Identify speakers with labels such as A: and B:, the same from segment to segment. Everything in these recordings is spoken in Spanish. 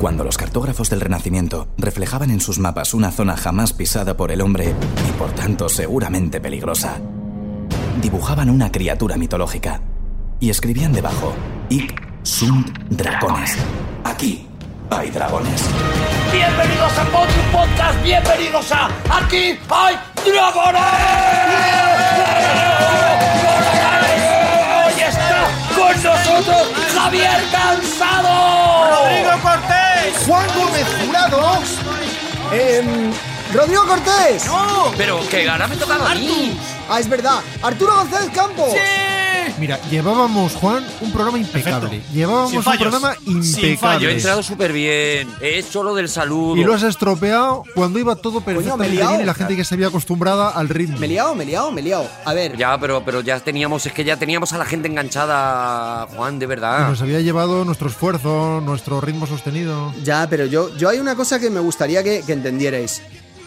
A: Cuando los cartógrafos del Renacimiento reflejaban en sus mapas una zona jamás pisada por el hombre y por tanto seguramente peligrosa, dibujaban una criatura mitológica y escribían debajo: Ic sunt dragones. Aquí hay dragones.
B: Bienvenidos a Potu Podcast, bienvenidos a Aquí hay dragones. Hoy está con nosotros Javier Cansado.
C: Rodrigo Cortés.
D: Juan Gómez Jurado. Em, Rodrigo Cortés.
E: Pero que ahora me tocaba a mí.
D: Ah, es verdad. Arturo González Campos.
F: Mira, llevábamos, Juan, un programa impecable.
C: Perfecto.
F: Llevábamos
C: Sin
F: un
C: fallos.
F: programa
C: Sin fallos.
E: Yo he
F: impecable.
E: entrado súper bien. He hecho lo del saludo.
F: Y lo has estropeado cuando iba todo
D: me he
F: perfectamente
D: liado.
F: bien y la gente que se había acostumbrada al ritmo.
D: Me he liado, me he liado, me he liado. A ver,
E: Ya, pero, pero ya teníamos, es que ya teníamos a la gente enganchada, Juan, de
F: Y
E: verdad.
F: Nos había llevado nuestro esfuerzo, nuestro ritmo sostenido.
D: ya, pero yo, yo hay una cosa que me gustaría que, que entendierais.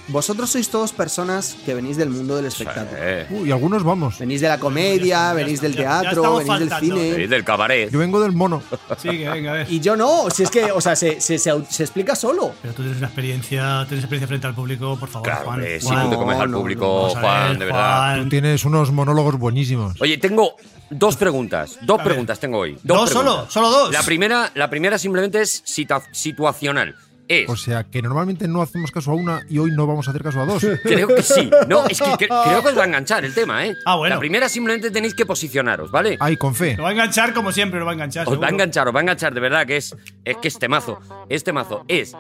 D: Vosotros sois todos personas que venís del mundo del espectáculo.
E: Eh,
F: Uh, y algunos vamos.
D: Venís de la comedia, venís del
C: ya- ya
D: teatro,
C: estamos
D: venís del
C: faltando.
E: eh,
D: cine.
E: del cabaret.
F: Yo vengo del mono.
C: Sigue, venga, a ver.
D: Y yo no, si es que, o sea, se, se- se au- se explica solo.
C: Pero tú tienes una experiencia, tienes experiencia frente al público, por favor,
E: Claro,
C: Juan.
E: hombre, si
C: Juan,
E: tú te comes
D: no,
E: al
D: no,
E: público,
C: vamos a ver,
E: Juan, de verdad.
C: Juan.
F: Tú tienes unos monólogos buenísimos.
E: Oye, tengo dos preguntas. Dos
C: A ver.
E: preguntas tengo hoy.
C: ¿Dos solo?
E: preguntas.
C: ¿Solo dos?
E: La primera, la primera simplemente es situa- situacional. Es.
C: Pues
F: O sea, que normalmente no hacemos caso a una y hoy no vamos a hacer caso a dos.
E: Creo que sí. No, es que cre- creo que os va a enganchar el tema, ¿eh?
C: Ah, bueno.
E: La primera simplemente tenéis que posicionaros, ¿vale?
F: Ay, con fe.
C: Lo va a enganchar como siempre, lo va a
E: Os
C: enganchar.
E: va
C: seguro.
E: a enganchar, os va a enganchar, de verdad que es. Es que este mazo, este mazo es.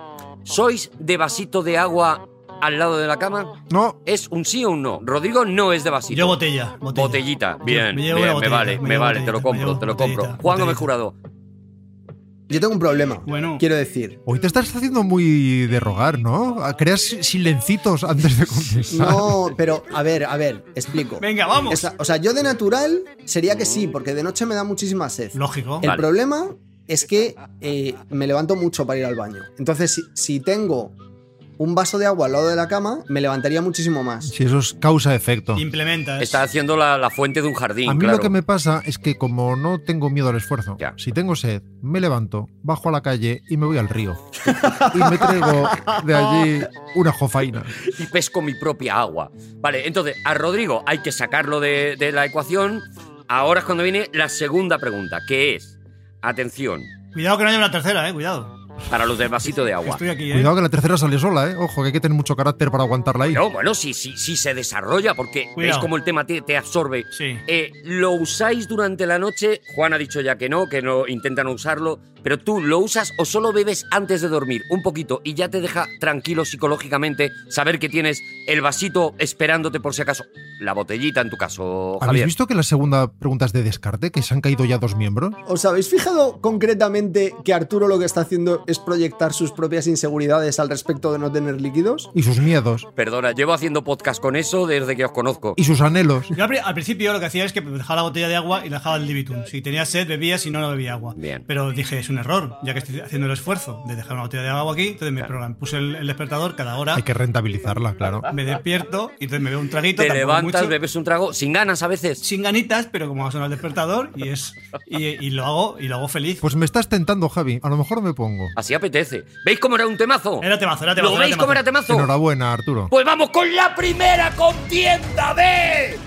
E: ¿Sois de vasito de agua al lado de la cama?
F: No,
E: ¿Es un sí o un no? Rodrigo no es de vasito.
C: Yo botella, botella.
E: Botellita.
C: Yo-
E: Bien,
C: me
E: bien,
C: llevo
E: me,
C: una botellita,
E: vale, me,
C: llevo
E: vale, te lo compro,
C: botellita, me llevo
E: te lo compro.
C: botellita,
E: Juan Gómez
C: botellita.
E: Jurado.
D: Yo tengo un problema.
C: Bueno.
D: Quiero decir.
F: hoy te estás haciendo muy de rogar, ¿no? Creas silencitos antes de contestar.
D: No, pero a ver, a ver, explico.
C: Venga, vamos.
D: Esa- o sea, yo de natural sería que sí, porque de noche me da muchísima sed.
C: Lógico.
D: El
E: Vale.
D: problema es que eh, me levanto mucho para ir al baño. Entonces, si, si tengo un vaso de agua al lado de la cama, me levantaría muchísimo más.
F: Si eso es causa-efecto.
C: Implementas.
E: Está haciendo la, la fuente de un jardín,
F: A mí
E: claro.
F: lo que me pasa es que como no tengo miedo al esfuerzo,
E: Ya.
F: si tengo sed, me levanto, bajo a la calle y me voy al río. y me traigo de allí una jofaina.
E: Y pesco mi propia agua. Vale, entonces, a Rodrigo hay que sacarlo de, de la ecuación. Ahora es cuando viene la segunda pregunta, que es. Atención,
C: Cuidado que no haya una tercera, eh. Cuidado.
E: para los del vasito de agua.
C: Estoy aquí, eh.
F: Cuidado que la tercera sale sola, ¿eh? Ojo, que hay que tener mucho carácter para aguantarla ahí.
E: No, bueno, sí, sí, sí se desarrolla porque veis
C: Cuidado.
E: como el tema te, te absorbe.
C: Sí.
E: Eh, ¿Lo usáis durante la noche? Juan ha dicho ya que no, que no intenta no usarlo, pero tú lo usas o solo bebes antes de dormir un poquito y ya te deja tranquilo psicológicamente saber que tienes el vasito esperándote por si acaso, la botellita en tu caso,
F: ¿Habéis
E: Javier.
F: visto que la segunda pregunta es de descarte? ¿Que se han caído ya dos miembros?
D: ¿Os habéis fijado concretamente que Arturo lo que está haciendo es proyectar sus propias inseguridades al respecto de no tener líquidos?
F: Y sus miedos.
E: Perdona, llevo haciendo podcast con eso desde que os conozco.
F: Y sus anhelos.
C: Yo al, pri- al principio lo que hacía es que dejaba la botella de agua y la dejaba al libitum. Si tenía sed, bebía, si no, no bebía agua.
E: Bien.
C: Pero dije, es un error, ya que estoy haciendo el esfuerzo de dejar una botella de agua aquí. Entonces me programé- puse el, el despertador cada hora,
F: Hay que rentabilizarla, claro.
C: me despierto y entonces me veo un traguito.
E: Te
C: tampoco
E: levantas,
C: mucho,
E: bebes un trago, sin ganas a veces.
C: Sin ganitas, pero como ha sonado el despertador y es y, y lo hago y lo hago feliz.
F: Pues me estás tentando, Javi. A lo mejor me pongo.
E: Así apetece. ¿Veis cómo era un temazo?
C: Era temazo, era temazo.
E: ¿Lo
C: era
E: veis
C: temazo.
E: cómo era temazo?
F: Enhorabuena, Arturo.
E: Pues vamos con la primera contienda de.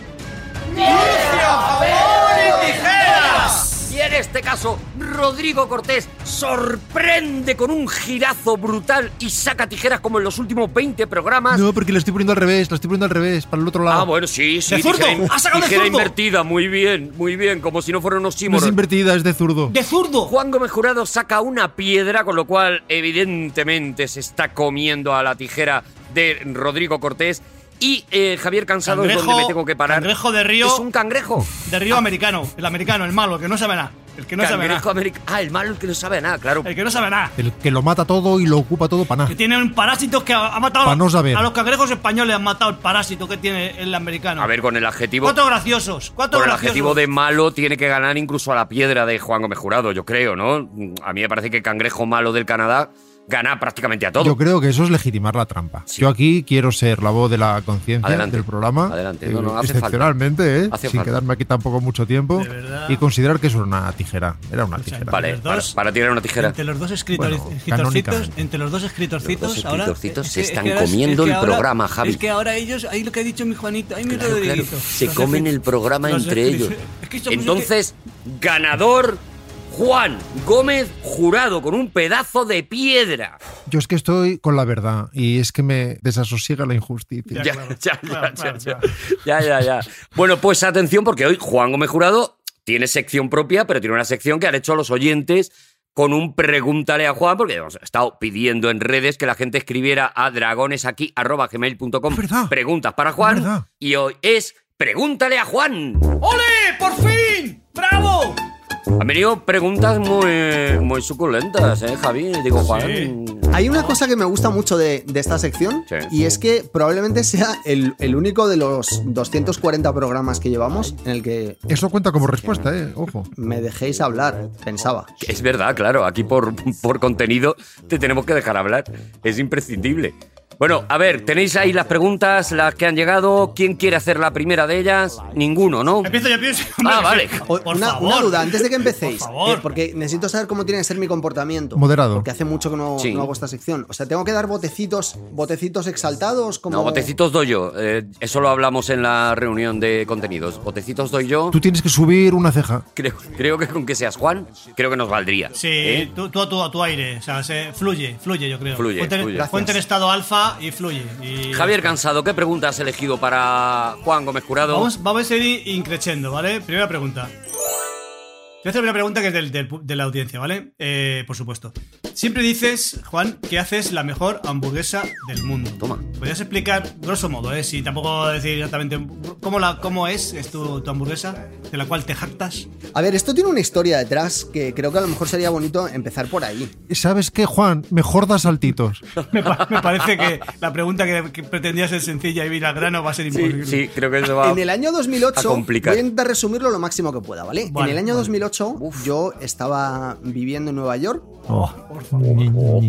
E: Y en este caso, Rodrigo Cortés sorprende con un girazo brutal y saca tijeras como en los últimos 20 programas.
F: No, porque la estoy poniendo al revés, la estoy poniendo al revés, para el otro lado.
E: Ah, bueno, sí, sí.
C: ¡De zurdo!
E: tijera in-
C: ¡Ha sacado de
E: tijera
C: zurdo!
E: invertida, muy bien, muy bien, como si no fuera un
F: No es
E: oxímoron.
F: invertida, es de zurdo.
C: ¡De zurdo!
E: Juan Gómez Jurado saca una piedra, con lo cual evidentemente se está comiendo a la tijera de Rodrigo Cortés. Y eh, Javier Cansado es donde me tengo que parar.
C: Cangrejo de río.
E: Es un cangrejo.
C: De río americano. El americano, el malo, el que no sabe nada. El que no sabe
E: Cangrejo
C: nada.
E: americano. Ah, el malo el que no sabe nada, claro.
C: El que no sabe nada.
F: El que lo mata todo y lo ocupa todo para
C: Que
F: nada.
C: tienen parásitos que ha, ha matado
F: Pa' no saber.
C: a los cangrejos españoles han matado el parásito que tiene el americano.
E: A ver, con el adjetivo.
C: cuatro graciosos, cuatro
E: Con el
C: graciosos.
E: adjetivo de malo tiene que ganar incluso a la piedra de Juan Gómez Jurado, yo creo, ¿no? A mí me parece que cangrejo malo del Canadá ganar prácticamente a todo.
F: Yo creo que eso es legitimar la trampa.
E: Sí.
F: Yo aquí quiero ser la voz de la conciencia
E: Adelante.
F: del programa.
E: Adelante. No, no,
F: eh,
E: hace falta.
F: excepcionalmente, ¿eh?
E: Hace
F: sin
E: falta.
F: quedarme aquí tampoco mucho tiempo.
C: De verdad.
F: Y
C: Pues
F: considerar que eso era una tijera. Era una
C: Escucha,
F: tijera.
E: vale,
C: Los
E: para,
C: dos-
E: para tirar una tijera.
C: Entre los dos escritor-
F: Bueno,
C: escritorcitos,
F: canónicamente.
C: entre los dos escritorcitos,
E: Los dos
C: ahora-
E: escritorcitos
C: es
E: se
C: que- es
E: están
C: que ahora es-
E: comiendo
C: es que
E: el
C: ahora-
E: programa, Javi.
C: Es que ahora ellos, ahí lo que ha dicho mi Juanito, ahí mi
E: Claro, claro.
C: Rodriguito.
E: Se
C: Los
E: comen
C: escri-
E: el programa
C: los
E: entre
C: escri-
E: ellos.
C: Es que somos-
E: Entonces, ganador Juan Gómez Jurado con un pedazo de piedra.
F: Yo es que estoy con la verdad y es que me desasosiega la injusticia.
E: Ya,
C: Ya, claro,
E: ya,
C: claro,
E: ya,
C: claro,
E: ya,
C: claro.
E: Ya, ya, ya. Bueno, pues atención porque hoy Juan Gómez Jurado tiene sección propia, pero tiene una sección que han hecho los oyentes con un pregúntale a Juan, porque hemos estado pidiendo en redes que la gente escribiera a dragonesaquí.com
F: Es verdad.
E: preguntas para Juan.
F: Es verdad.
E: y hoy es pregúntale a Juan.
B: ¡Ole! ¡Por fin! ¡Bravo!
E: Han venido preguntas muy, muy suculentas, ¿eh, Javi? Digo, Juan.
D: Hay una cosa que me gusta mucho de, de esta sección
E: Sí.
D: y es que probablemente sea el, el único de los 240 programas que llevamos en el que
F: Eso cuenta como respuesta, ¿eh? Ojo.
D: me dejéis hablar, pensaba.
E: Es verdad, claro, aquí por, por contenido te tenemos que dejar hablar. Es imprescindible. Bueno, a ver, tenéis ahí las preguntas, las que han llegado. ¿Quién quiere hacer la primera de ellas? Ninguno, ¿no?
C: Empiezo, yo empiezo.
E: Ah, vale.
D: O-
C: Por
D: una,
C: favor.
D: una duda, antes de que empecéis,
C: Por favor.
D: eh, porque necesito saber cómo tiene que ser mi comportamiento.
F: Moderado.
D: Porque hace mucho que no,
E: Sí.
D: no hago esta sección. O sea, tengo que dar botecitos, botecitos exaltados, como.
E: No, botecitos doy yo. Eh, eso lo hablamos en la reunión de contenidos. Botecitos doy yo.
F: Tú tienes que subir una ceja.
E: Creo, creo que con que seas Juan, creo que nos valdría.
C: Sí,
E: ¿eh?
C: tú, tú a tu, a tu aire, o sea, se, fluye, fluye, yo creo.
E: Fluye,
C: Ponte en-
E: fluye.
C: ponte en estado alfa y fluye. y-
E: Javier Cansado, ¿qué pregunta has elegido para Juan Gómez Jurado?
C: Vamos, vamos a ir increchendo, ¿vale? Primera pregunta. Te voy a hacer una pregunta que es del- del pu- de la audiencia, ¿vale? Eh, por supuesto. Siempre dices, Juan, que haces la mejor hamburguesa del mundo.
E: Toma.
C: ¿Podrías explicar, grosso modo, eh? Si tampoco decir exactamente cómo, la, cómo es, es tu, tu hamburguesa, de la cual te jactas.
D: A ver, esto tiene una historia detrás que creo que a lo mejor sería bonito empezar por ahí.
F: ¿Sabes qué, Juan? Mejor da saltitos.
C: Me, pa- me parece que la pregunta que, que pretendía ser sencilla y ir al grano va a ser
E: Sí,
C: imposible.
E: sí, creo que eso va.
D: Ah, En el año
E: Ah, a
D: 2008, voy
E: complicar.
D: a intentar resumirlo lo máximo que pueda, ¿vale? en
C: Vale,
D: el año
C: vale.
D: 2008 yo estaba viviendo en Nueva York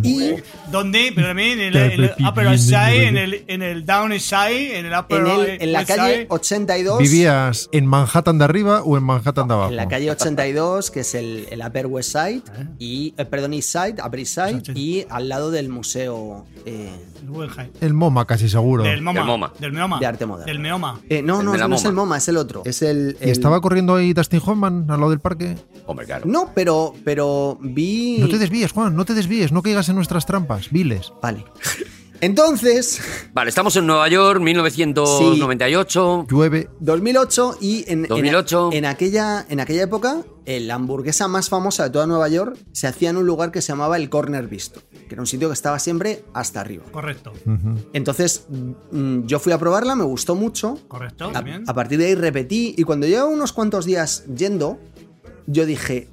D: y
C: ¿Dónde? Pero a mí, en el, en el Upper East Side, en el, en el Down East Side, en el Upper
D: en, el- en la
C: East
D: calle
C: Side.
D: 82.
F: ¿Vivías en Manhattan de arriba o en Manhattan de abajo?
D: En la calle 82, que es el, el Upper West Side, y, eh, perdón, East Side, Upper East Side, y al lado del museo. eh,
C: El Wenheim.
F: El MoMA, casi seguro.
C: Del MoMA.
E: Del MoMA.
C: Del MoMA.
D: De arte moderno.
C: Del MoMA.
D: eh, no,
E: El
D: no,
E: de la
D: no es el
E: MoMA.
D: MoMA, es el otro. Es el.
F: ¿Y
D: el-
F: estaba corriendo ahí Dustin Hoffman al lado del parque?
E: Hombre, claro.
D: No, pero, pero vi.
F: No te desvíes, Juan, no te desvíes, no caigas en nuestras trampas, viles.
D: Vale. Entonces,
E: Vale, estamos en Nueva York, 1998.
F: Llueve.
D: 2008 y en, en-
E: 2008.
D: En, aquella, en aquella época, eh, la hamburguesa más famosa de toda Nueva York se hacía en un lugar que se llamaba el Corner Visto, que era un sitio que estaba siempre hasta arriba.
C: Correcto.
F: Ujú.
D: Entonces, mm, yo fui a probarla, me gustó mucho,
C: Correcto.
D: A,
C: bien.
D: a partir de ahí repetí y cuando llevaba unos cuantos días yendo, yo dije,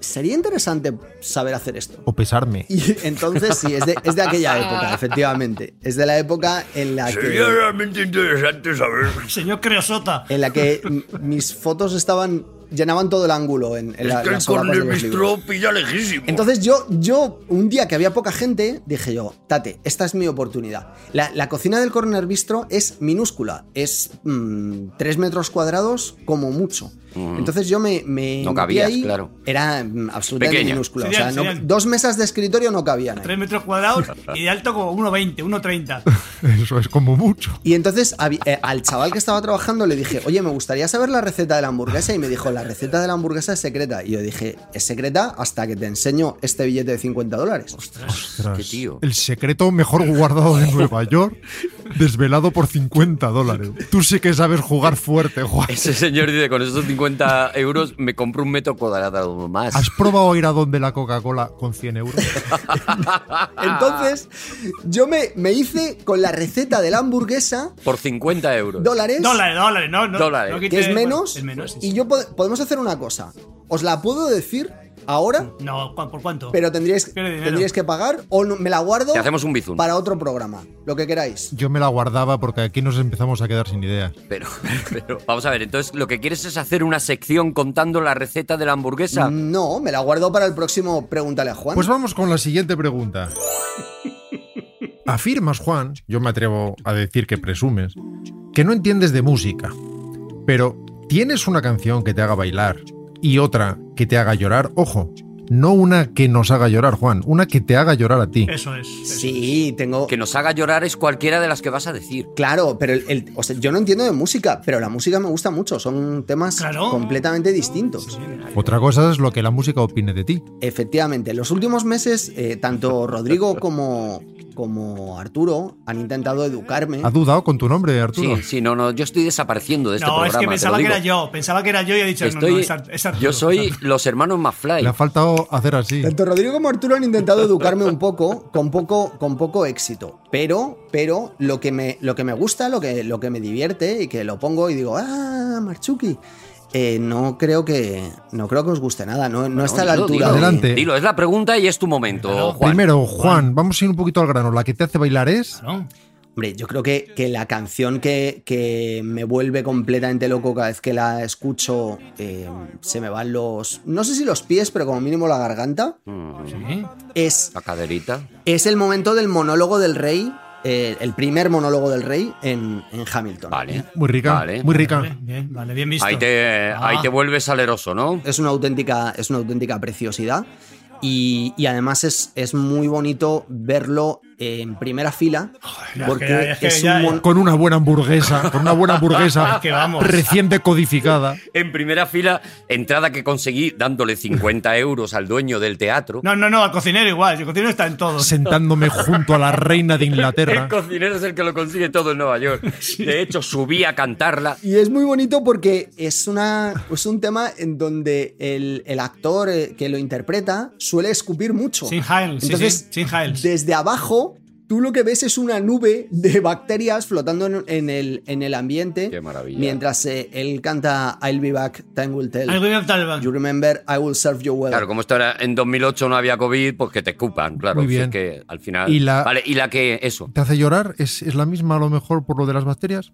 D: sería interesante saber hacer esto.
F: O pesarme.
D: Y entonces sí, es de, es de aquella época, efectivamente. Es de la época en la que,
E: realmente interesante saber.
C: Señor Creosota.
D: en la que m- mis fotos estaban llenaban todo el ángulo en, en la, las solapas de los libros.
E: pilla lejísimo.
D: Entonces yo, yo, un día que había poca gente, dije yo, Tate, esta es mi oportunidad. La, la cocina del Corner Bistro es minúscula, es 3 metros cuadrados como mucho.
E: Mm.
D: Entonces yo me... me
E: No
D: metí
E: cabías,
D: ahí,
E: claro.
D: Era mm, absolutamente
E: Pequeña.
D: minúscula.
C: Serían-
D: o sea, no-
C: serían-
D: dos mesas de escritorio no cabían. ahí.
C: 3 metros cuadrados y de alto como 1,20, 1,30.
F: Eso es como mucho.
D: Y entonces habi- eh, al chaval que estaba trabajando le dije, oye, me gustaría saber la receta de la hamburguesa. Y me dijo, la receta de la hamburguesa es secreta. Y yo dije, es secreta hasta que te enseño este billete de 50 dólares.
F: Ostras,
E: qué tío.
F: El secreto mejor guardado de Nueva York, desvelado por 50 dólares. Tú sí que sabes jugar fuerte, Juan.
E: Ese señor dice, con esos 50 euros me compro un metro cuadrado más.
F: ¿Has probado ir a donde la Coca-Cola con 100 euros?
C: Ah.
D: Entonces, yo me, me hice con la receta de la hamburguesa,
E: Por 50 euros.
D: dólares,
C: dólares, dólares, no, no.
E: Dólares.
C: no
E: Que
D: que
C: quites-
D: es menos.
C: Es menos. sí,
D: Y
C: sí.
D: yo pod- podemos hacer una cosa. Os la puedo decir ahora,
C: No, ¿cu- ¿por cuánto?
D: pero tendríais,
C: Pero dinero.
D: tendríais que pagar o no- me la guardo
E: Te hacemos un bizum.
D: para otro programa, lo que queráis.
F: Yo me la guardaba porque aquí nos empezamos a quedar sin ideas.
E: Pero, pero, vamos a ver, entonces lo que quieres es hacer una sección contando la receta
D: Mm,
E: de la hamburguesa.
D: No, me la guardo para el próximo Pregúntale a Juan.
F: Pues vamos con la siguiente pregunta. Afirmas, Juan, yo me atrevo a decir que presumes, que no entiendes de música, pero tienes una canción que te haga bailar y otra que te haga llorar, ojo, no una que nos haga llorar, Juan, una que te haga llorar a ti.
C: Eso es. eso
D: Sí, tengo.
E: Que nos haga llorar es cualquiera de las que vas a decir.
D: Claro, pero el, el- o sea, yo no entiendo de música, pero la música me gusta mucho. Son temas
C: Claro.
D: completamente distintos.
F: Otra cosa es lo que la música opine de ti.
D: Efectivamente, en los últimos meses, eh, tanto Rodrigo como, como Arturo han intentado educarme.
F: ¿Ha dudado con tu nombre, Arturo?
E: Sí, sí, no, no, yo estoy desapareciendo de
C: es.
E: este
C: No,
E: programa.
C: es que
E: te
C: pensaba
E: lo
C: que
E: digo.
C: era yo. Pensaba que era yo y he dicho, no, no,
E: Estoy-
C: es Ar- es Arturo.
E: yo soy los hermanos McFly.
F: Le ha faltado hacer así.
D: Tanto Rodrigo como Arturo han intentado educarme un poco, con poco, con poco éxito. Pero, pero lo que me, lo que me gusta, lo que, lo que me divierte y que lo pongo y digo, ah, Marchuki. eh, no creo que no creo que os guste nada, no, no está a la
E: Dilo,
D: altura.
E: dilo,
D: de-
F: Adelante.
E: Dilo, es la pregunta y es tu momento, Juan.
F: Primero, Juan, vamos a ir un poquito al grano. La que te hace bailar es.
C: Claro.
D: Hombre, yo creo que, que la canción que, que me vuelve completamente loco cada vez que la escucho, eh, se me van los, no sé si los pies, pero como mínimo la garganta,
E: Mm,
D: es
E: La caderita.
D: Es el momento del monólogo del rey, eh, el primer monólogo del rey en, en Hamilton.
E: Vale.
F: Muy rica.
E: Vale.
F: Muy
C: Vale,
F: rica.
C: bien, vale, bien visto.
E: Ahí te,
C: Ah.
E: ahí te vuelves aleroso, ¿no?
D: Es una auténtica, es una auténtica preciosidad. Y, y además es, es muy bonito verlo en primera fila.
C: ya,
D: Porque
C: ya, ya,
D: es
C: ya,
D: un
C: ya.
D: mon-
F: Con una buena hamburguesa. Con una buena hamburguesa.
C: Es que vamos.
F: Recién decodificada.
E: En primera fila, entrada que conseguí dándole 50 euros al dueño del teatro.
C: No, no, no, al cocinero igual. El cocinero está en todo.
F: Sentándome junto a la reina de Inglaterra.
E: El cocinero es el que lo consigue todo en Nueva York. De hecho, subí a cantarla.
D: Y es muy bonito porque es, una, es un tema en donde el, el actor eh, que lo interpreta suele escupir mucho.
C: Sin Hiles, sí,
D: Entonces,
C: sí, sin Hiles.
D: desde abajo, tú lo que ves es una nube de bacterias flotando en, en el, en el ambiente.
E: Qué maravilla.
D: Mientras eh, él canta I'll be back, time will tell.
C: Algo iba a estar el banco.
D: You remember, I will serve you well.
E: Claro, como esto era en 2008 no había COVID, pues que te escupan, claro.
F: Muy
E: si es
F: bien.
E: que al final.
F: Y la-
E: Vale, y la que. Eso.
F: ¿Te hace llorar? ¿Es, es la misma a lo mejor por lo de las bacterias?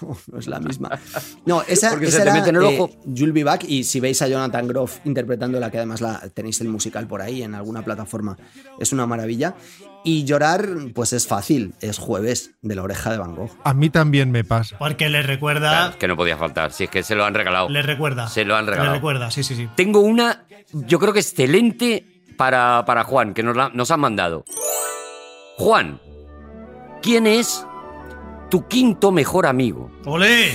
D: No, no es la misma. No, esa,
E: Porque
D: esa
E: se te
D: era,
E: mete en el
D: eh,
E: ojo.
D: You'll be back. Y si veis a Jonathan Groff interpretándola, que además la, tenéis el musical por ahí en alguna plataforma, es una maravilla. Y llorar, pues es fácil. Es jueves de la oreja de Van Gogh.
F: A mí también me pasa.
C: Porque le recuerda.
F: Ah.
E: Claro, es que no podía faltar. Si es que se lo han regalado.
C: Le recuerda.
E: Se lo han
C: Le
E: regalado.
C: recuerda, sí, sí, sí.
E: Tengo una, yo creo que excelente para, para Juan, que nos, la- nos han mandado. Juan, ¿quién es tu quinto mejor amigo?
C: ¡Ole!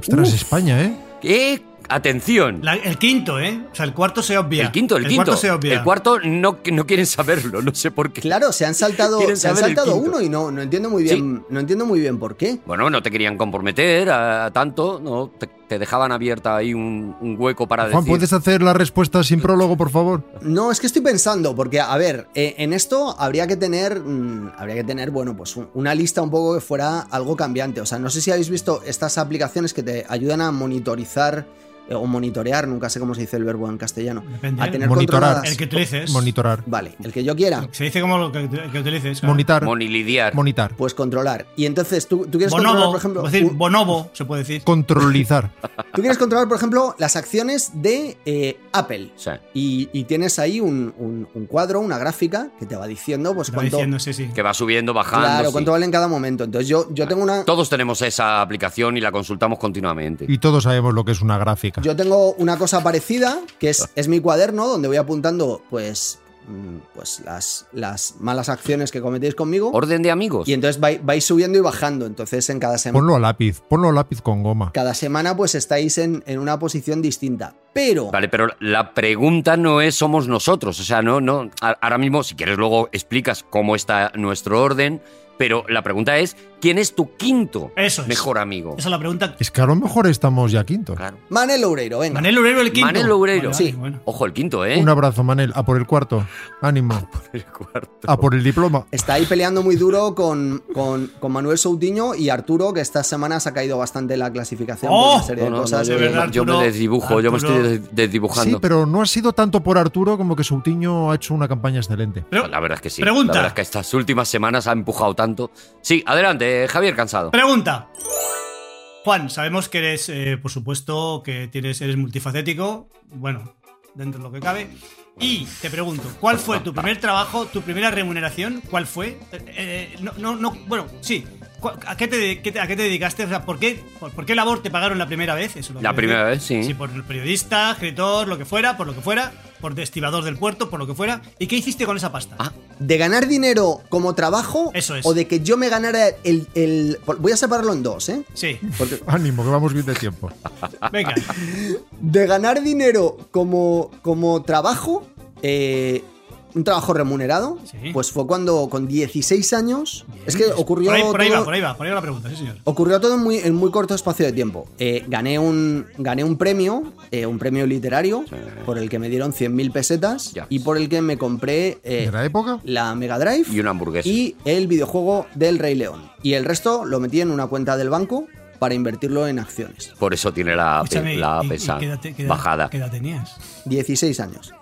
F: Ostras, España, ¿eh?
E: ¿Eh? Atención.
C: La- el quinto, ¿eh? O sea, el cuarto se obvia.
E: El quinto, el,
C: cuarto
E: quinto.
C: se obvia.
E: El cuarto no, no quieren saberlo, no sé por qué.
D: Claro, se han saltado,
E: Quieren
D: se han
E: saber el
D: saltado
E: quinto.
D: uno y no, no entiendo muy bien, no entiendo muy bien por qué.
E: Bueno, no te querían comprometer a, a tanto, no te, te dejaban abierta ahí un, un hueco para
F: Juan,
E: decir.
F: ¿puedes hacer la respuesta sin prólogo, por favor?
D: No, es que estoy pensando, porque, a ver, eh, en esto habría que tener. mm, habría que tener, bueno, pues un- una lista un poco que fuera algo cambiante. O sea, no sé si habéis visto estas aplicaciones que te ayudan a monitorizar eh, o monitorear, nunca sé cómo se dice el verbo en castellano.
C: Depende. ¿eh?
D: A tener
F: Monitorar.
D: controladas.
C: El que utilices.
F: Monitorar.
D: Vale, el que yo quiera,
C: Se dice como lo que, el que utilices. claro.
F: Monitar.
E: Monilidiar.
F: Monitar.
D: pues controlar. Y entonces tú, tú quieres
C: Bonobo,
D: controlar, por ejemplo.
C: es decir,
D: un-
C: bonobo, se puede decir.
F: Controlizar.
D: tú quieres controlar, por ejemplo, las acciones de eh, Apple.
E: O sea,
D: Y, y tienes ahí un, un- un cuadro, una gráfica que te va diciendo, pues
C: Estaba
D: cuánto.
C: diciendo, sí, sí.
E: que va subiendo, bajando.
D: Claro,
E: sí.
D: cuánto vale en cada momento. Entonces yo, yo tengo una.
E: Todos tenemos esa aplicación y la consultamos continuamente.
F: Y todos sabemos lo que es una gráfica.
D: Yo tengo una cosa parecida, que es, es mi cuaderno, donde voy apuntando, pues, mm, pues las, las malas acciones que cometéis conmigo.
E: Orden de amigos.
D: Y entonces vai- vais subiendo y bajando. Entonces, en cada semana.
F: Ponlo a lápiz. Ponlo a lápiz con goma.
D: Cada semana, pues estáis en, en una posición distinta. Pero.
E: Vale, pero la pregunta no es somos nosotros, o sea, no, no, a- ahora mismo, si quieres luego explicas cómo está nuestro orden, pero la pregunta es, ¿quién es tu quinto
C: Eso es.
E: mejor amigo?
C: Esa es la pregunta.
F: Es que a lo mejor estamos ya quinto.
E: Claro.
D: Manel Loureiro, venga.
C: Manel Obrero el quinto.
E: Manel Obrero.
C: Vale,
D: Sí.
C: vale, bueno.
E: Ojo, el quinto, ¿eh?
F: Un abrazo, Manel. A por el cuarto. Ánimo.
E: El cuarto.
F: A Ah, por el diploma.
D: Está ahí peleando muy duro con, con- con Manuel Soutinho y Arturo, que estas semanas ha caído bastante en la clasificación por
C: ¡Oh!
D: una serie
E: No,
D: de
E: no, no,
D: cosas.
E: yo,
C: de verdad, Ah,
E: yo me
C: Arturo.
E: desdibujo, yo me estoy
C: Arturo.
E: des- desdibujando.
F: Sí, pero no ha sido tanto por Arturo como que Soutinho ha hecho una campaña excelente.
C: Pero-
E: Pues la verdad es que sí.
C: Pregunta.
E: La verdad es que estas últimas semanas ha empujado tanto. Sí, adelante, eh, Javier Cansado.
C: Pregunta. Juan, sabemos que eres, eh, por supuesto, que tienes, eres multifacético. Bueno, dentro de lo que cabe. Y te pregunto, ¿cuál fue tu primer trabajo, tu primera remuneración? ¿Cuál fue? Eh, eh, no, no, no, bueno, sí. ¿Cu- ¿A qué te, de- qué te- a qué te dedicaste? O sea, ¿por qué, por, por qué labor te pagaron la primera vez? Eso lo
E: La
C: quiero
E: primera
C: decir.
E: vez, sí.
C: Sí, por periodista, escritor, lo que fuera, por lo que fuera, por destibador del puerto, por lo que fuera. ¿Y qué hiciste con esa pasta?
E: Ah,
D: ¿De ganar dinero como trabajo?
C: Eso es.
D: ¿O de que yo me ganara el, el- Voy a separarlo en dos, ¿eh?
C: Sí,
D: Porque
F: Ánimo, que vamos bien de tiempo.
C: venga.
D: de ganar dinero como, como trabajo, eh, un trabajo remunerado,
C: Sí.
D: pues fue cuando con 16 años. Es que ocurrió.
C: Por ahí, por ahí
D: todo-
C: va, por ahí va, por ahí va la pregunta, sí, señor.
D: Ocurrió todo en muy, en muy corto espacio de tiempo. Eh, gané, un, gané un premio, eh, un premio literario, por el que me dieron 100.000 pesetas
E: Ya.
D: y por el que me compré eh,
F: ¿De la época?
D: la Mega Drive
E: Y una hamburguesa.
D: y el videojuego del Rey León. Y el resto lo metí en una cuenta del banco para invertirlo en acciones.
E: por eso tiene la,
C: Escúchame,
E: la
C: ¿y- y
E: pesa-
C: qué edad te- qué edad-
E: bajada.
C: ¿Qué edad tenías?
D: 16 años.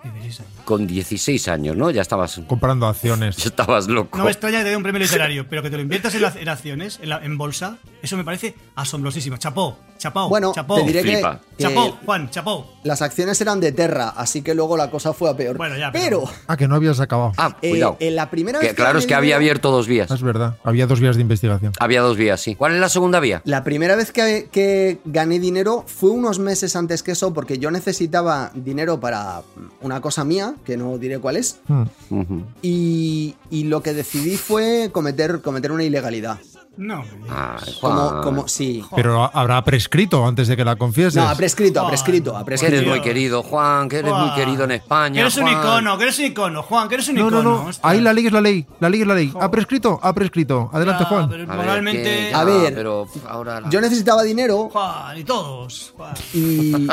E: Con 16 años, ¿no? Ya estabas, ya
F: Comprando acciones.
E: estabas loco.
C: No me extraña que te dé un premio literario, pero que te lo inviertas en, la- en acciones, en, la- en bolsa, eso me parece asombrosísimo. Chapó, chapó,
D: Bueno,
C: chapó.
D: te diré que, Eh,
E: Flipa.
D: que
C: Chapó, Juan, chapó.
D: las acciones eran de Terra, así que luego la cosa fue a peor.
C: Bueno, ya, pero-
D: pero
F: Ah, que no habías acabado. Ah,
E: Ah,
D: eh,
E: cuidado.
D: en la primera
E: Que
D: vez
E: claro, es
D: gané
E: que había
D: dinero-
E: abierto dos vías.
F: Es verdad. Había dos vías de investigación.
E: Había dos vías, sí. ¿Cuál es la segunda vía?
D: La primera vez que, que gané dinero fue unos meses antes que eso, porque yo necesitaba dinero para una cosa mía, que no diré cuál es,
F: Hmm.
E: Ujú.
D: y, y lo que decidí fue cometer, cometer una ilegalidad.
C: No.
E: Ay,
D: Como,
E: Juan.
D: como, sí.
F: Pero habrá prescrito antes de que la confieses.
D: No, ha prescrito, ha
C: Juan,
D: prescrito, ha
C: Juan,
E: Que eres
D: prescrito.
E: muy querido, Juan, que eres
C: Juan,
E: muy querido en España.
C: Que eres un
E: Juan.
C: icono, que eres un icono, Juan, que eres un
F: No,
C: icono.
F: no, no.
C: hostia.
F: Ahí la ley es la ley. La ley es la ley. Ha prescrito, ha prescrito. Adelante,
C: Ya,
F: Juan.
C: Ah, pero
E: A ver,
C: moralmente.
E: que ya,
D: A ver,
E: pero pf, ahora la-
D: Yo necesitaba dinero
C: Juan, y todos. Juan.
D: y.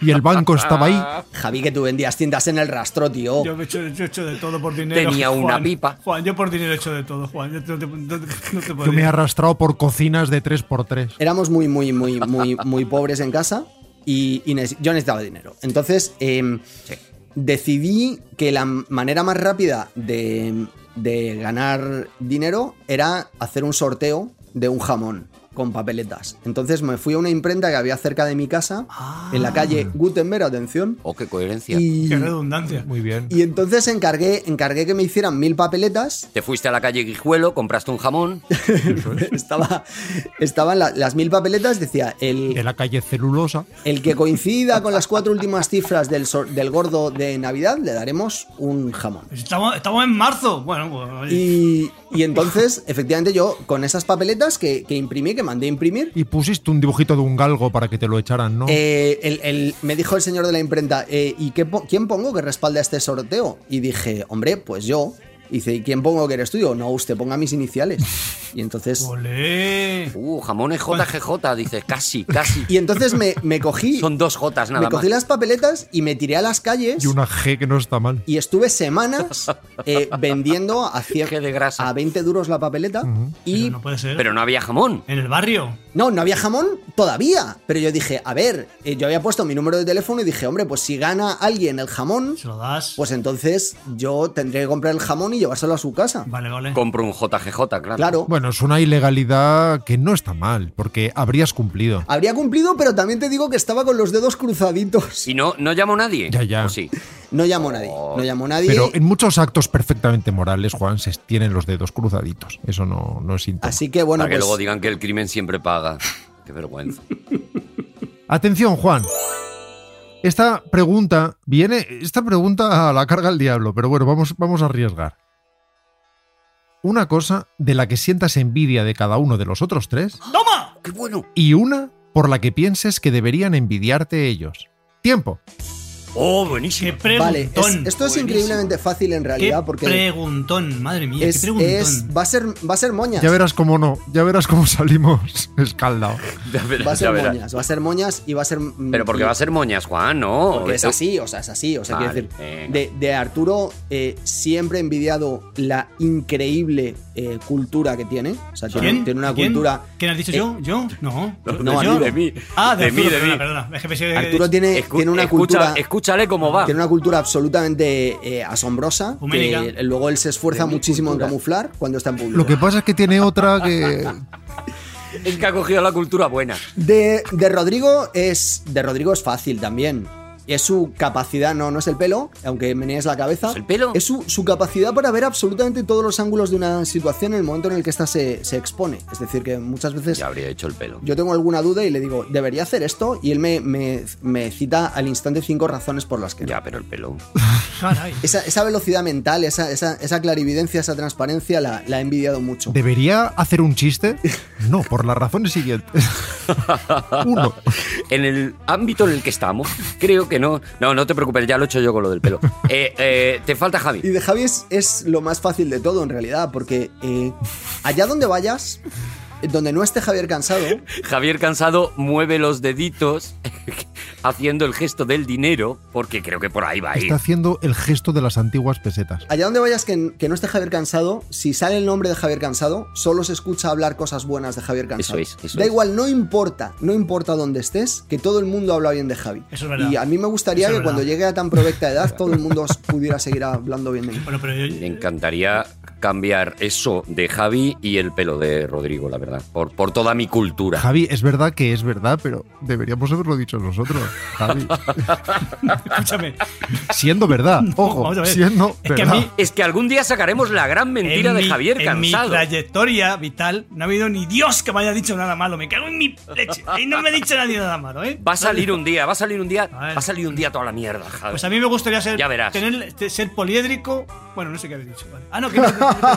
F: Y el banco estaba ahí.
D: Javi, que tú vendías cintas en el rastro, tío.
C: Yo me he hecho, yo he hecho de todo por dinero.
E: Tenía una
C: Juan.
E: pipa.
C: Juan, yo por dinero he hecho de todo, Juan. Yo no te, no te- no te
F: Yo me he
C: podría.
F: arrastrado por cocinas de 3x3.
D: éramos muy, muy, muy, muy, muy pobres en casa y, y neces- yo necesitaba dinero. Entonces, em, decidí que la manera más rápida de, de ganar dinero era hacer un sorteo de un jamón con papeletas. Entonces me fui a una imprenta que había cerca de mi casa, en la calle Gutenberg, atención,
E: Oh, qué coherencia.
D: y,
C: Qué redundancia.
F: Muy bien.
D: y entonces encargué, encargué que me hicieran mil papeletas
E: Te fuiste a la calle Guijuelo, compraste un jamón.
D: estaba, estaban la- las mil papeletas, decía,
F: De
D: el,
F: la calle celulosa.
D: el que coincida con las cuatro últimas cifras del, sor- del gordo de Navidad, le daremos un jamón.
C: Pues Estamos, estamos en marzo. Bueno, pues, bueno, oye.
D: Y, y entonces, efectivamente, yo con esas papeletas que, que imprimí, que mandé a imprimir,
F: Y pusiste un dibujito de un galgo para que te lo echaran, ¿no?
D: eh, el- el- me dijo el señor de la imprenta, eh, ¿y qué po- quién pongo que respalda este sorteo? Y dije, hombre, pues yo. Y dice, ¿y quién pongo que eres tú? Y yo, no, usted ponga mis iniciales. Y entonces
C: Olé.
E: Uh, jamones JGJ, dices, casi, casi.
D: y entonces me, me cogí,
E: Son dos Jotas
D: me
E: nada más.
D: cogí las papeletas y me tiré a las calles.
F: Y una G que no está mal.
D: Y estuve semanas eh, vendiendo a, cien-
E: Qué de grasa.
D: a 20 duros la papeleta. Y
C: Pero no puede ser.
E: Pero no había jamón.
C: En el barrio.
D: no, no había jamón todavía. Pero yo dije, a ver, eh, yo había puesto mi número de teléfono y dije, hombre, pues si gana alguien el jamón,
C: Se lo das.
D: pues entonces yo tendré que comprar el jamón y llevárselo a su casa.
C: vale, vale.
E: Compro un JGJ, claro.
D: Claro.
F: Bueno, es una ilegalidad que no está mal, porque habrías cumplido.
D: Habría cumplido, pero también te digo que estaba con los dedos cruzaditos.
E: Y Oh. no, no llamó nadie.
F: Ya, ya.
E: ¿O sí?
D: No llamó nadie. No llamó nadie.
F: Pero en muchos actos perfectamente morales, Juan, se tienen los dedos cruzaditos. Eso no, no es síntoma.
D: Así que bueno,
E: Para que
D: pues
E: luego digan que el crimen siempre paga. Qué vergüenza.
F: Atención, Juan. Esta pregunta viene. Esta pregunta a la carga al diablo, pero bueno, vamos, vamos a arriesgar. Una cosa de la que sientas envidia de cada uno de los otros tres
C: ¡Toma!
E: ¡Qué bueno!
F: y una por la que pienses que deberían envidiarte ellos. Tiempo.
E: ¡Oh,
C: ¡Qué
E: buenísimo!
C: preguntón!
D: vale, es- esto es
C: Buenísimo.
D: increíblemente fácil en
C: ¡Qué
D: realidad porque
C: preguntón! Madre mía,
D: es,
C: qué preguntón.
D: es- va a ser va a ser moñas.
F: Ya verás cómo no, ya verás cómo salimos escaldado.
E: Ya verás,
D: Va a
E: ya
D: ser
E: verás.
D: moñas, va a ser moñas y va a ser. mm,
E: Pero porque
D: y-
E: va a ser moñas, Juan, ¿no?
D: porque es
E: Eso-
D: así, o sea, es así. O sea,
E: Vale,
D: quiero decir,
E: venga.
D: de, de Arturo eh, siempre he envidiado la increíble eh, cultura que tiene. O sea, tiene,
C: ¿Quién?
D: tiene una
C: ¿Quién?
D: cultura.
C: ¿Quién has dicho
D: Eh,
C: yo? ¿Yo? No.
D: No,
C: ¿Yo?
D: Arturo.
E: de mí.
C: Ah, de,
E: de mí,
C: Arturo,
E: de mí.
C: Perdona, perdona. Es que pensé-
D: Arturo tiene,
E: Escu-
D: tiene una
E: escucha-
D: cultura.
E: Escúchale cómo va.
D: Tiene una cultura absolutamente eh, asombrosa.
C: Huménica.
D: que luego él se esfuerza muchísimo en camuflar cuando está en público.
F: Lo que pasa es que tiene otra que.
E: Es que ha cogido la cultura buena.
D: De, de Rodrigo es. De Rodrigo es fácil también. es su capacidad, no, no es el pelo, aunque menees la cabeza.
E: ¿Es el pelo?
D: Es su, su capacidad para ver absolutamente todos los ángulos de una situación en el momento en el que ésta se, se expone. Es decir, que muchas veces
E: Ya habría hecho el pelo.
D: yo tengo alguna duda y le digo, debería hacer esto, y él me, me- me cita al instante cinco razones por las que no.
E: Ya, pero el pelo.
C: Caray.
D: Esa, esa velocidad mental, esa, esa, esa clarividencia, esa transparencia, la, la he envidiado mucho.
F: ¿Debería hacer un chiste? No, por las razones siguientes. Uno,
E: En el ámbito en el que estamos, creo que no. No, no te preocupes, ya lo he hecho yo con lo del pelo. Eh, eh, te falta Javi.
D: Y de Javi es, es lo más fácil de todo, en realidad, porque eh, allá donde vayas, donde no esté Javier cansado,
E: Javier Cansado mueve los deditos haciendo el gesto del dinero, porque creo que por ahí va a ir.
F: está haciendo el gesto de las antiguas pesetas.
D: allá donde vayas que, que no esté Javier cansado, si sale el nombre de Javier cansado, solo se escucha hablar cosas buenas de Javier cansado.
E: Eso es, eso
D: da
E: es.
D: igual, no importa, no importa dónde estés, que todo el mundo habla bien de Javi.
C: Eso es verdad.
D: Y a mí me gustaría
C: Eso es
D: que cuando
C: verdad.
D: llegue a tan provecta edad, todo el mundo pudiera seguir hablando bien de mí.
C: Bueno, pero
E: Me
C: yo,
E: encantaría cambiar eso de Javi y el pelo de Rodrigo, la verdad. Por, por toda mi cultura.
F: Javi, es verdad que es verdad, pero deberíamos haberlo dicho nosotros, Javi.
C: escúchame.
F: Siendo verdad, ojo,
C: Vamos a ver.
F: siendo
C: Es que a
F: verdad.
C: mí-
E: Es que algún día sacaremos la gran mentira
C: en
E: de
C: mi-
E: Javier
C: En mi
E: Cansado.
C: trayectoria vital no ha habido ni Dios que me haya dicho nada malo. Me cago en mi leche. Y no me ha dicho nadie nada malo, ¿eh?
E: Va a salir un día, va a salir un día,
C: A ver.
E: va a salir un día toda la mierda, Javi.
C: Pues a mí me gustaría ser,
E: Ya verás.
C: tener- te- ser poliédrico. Bueno, no sé qué habéis dicho. vale. Ah, no, que no,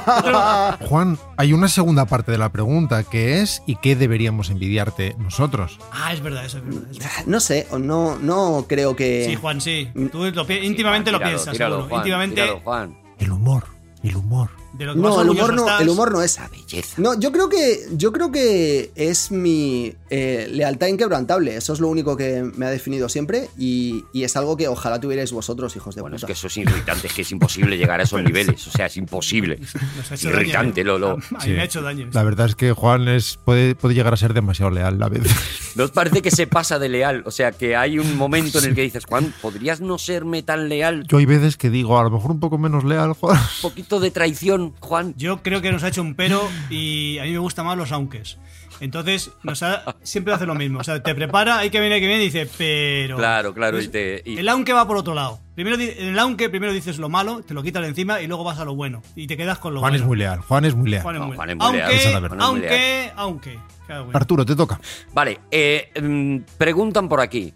C: otro-
F: Juan, hay una segunda parte de la pregunta que es ¿y qué deberíamos envidiarte nosotros?
C: Ah, es verdad, eso es verdad. es verdad.
D: No sé, no, no creo que.
C: Sí, Juan, sí.
D: Mm.
C: Tú lo pi- íntimamente
E: Tíralo,
C: lo piensas.
E: tíralo,
C: seguro.
E: Juan,
C: íntimamente.
E: tíralo, Juan.
F: El humor, el humor.
C: de lo que más
D: No, el humor
C: orgulloso
D: no,
C: estás.
D: el humor no es.
E: La belleza.
D: No, yo creo que, yo creo que es mi eh, lealtad inquebrantable. Eso es lo único que me ha definido siempre y, y es algo que ojalá tuvierais vosotros, hijos de
E: Bueno, es
D: puta.
E: que eso es irritante, es que es imposible llegar a esos niveles. O sea, es imposible.
C: Nos ha hecho daño,
E: Irritante,
C: ¿eh?
E: Lolo.
C: A mí me ha hecho daño.
F: La verdad es que Juan es, puede, puede llegar a ser demasiado leal a veces.
E: Nos parece que se pasa de leal. O sea, que hay un momento en el que dices, Juan, ¿podrías no serme tan leal?
F: Yo hay veces que digo, a lo mejor un poco menos leal, Juan.
E: Un poquito de traición, Juan.
C: Yo creo que nos ha hecho un pero y a mí me gustan más los aunques. Entonces, nos ha- siempre hace lo mismo. O sea, te prepara, hay que viene, hay que viene y dice, pero. Pues,
E: Claro, claro, y te- y-
C: El aunque va por otro lado. Primero, di- en el aunque primero dices lo malo, te lo quitas de encima y luego vas a lo bueno. Y te quedas con lo
F: Juan
C: bueno.
F: es muy leal, Juan es muy leal.
C: Juan es
E: No,
C: muy-
E: Juan es muy leal,
C: Aunque,
F: esa es la verdad.
E: Juan es muy
C: aunque, aunque. Claro, bueno.
F: Arturo, te toca.
E: Vale, eh, mm, preguntan por aquí.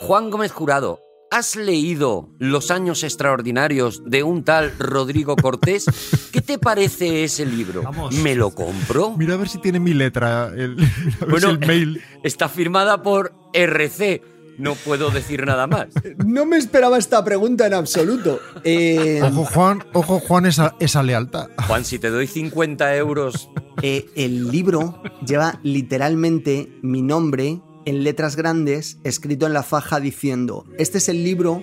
E: Juan Gómez Jurado, ¿has leído Los años extraordinarios de un tal Rodrigo Cortés? ¿Qué te parece ese libro?
C: Vamos.
E: ¿Me lo
C: Oh.
E: compro?
F: Mira a ver si tiene mi letra, el, a ver si el mail.
E: está firmada por RC. No puedo decir nada más.
D: No me esperaba esta pregunta en absoluto. Eh,
F: Ojo Juan, ojo Juan esa, esa lealtad.
E: Juan, si te doy 50 euros,
D: eh, el libro lleva literalmente mi nombre en letras grandes escrito en la faja diciendo, este es el libro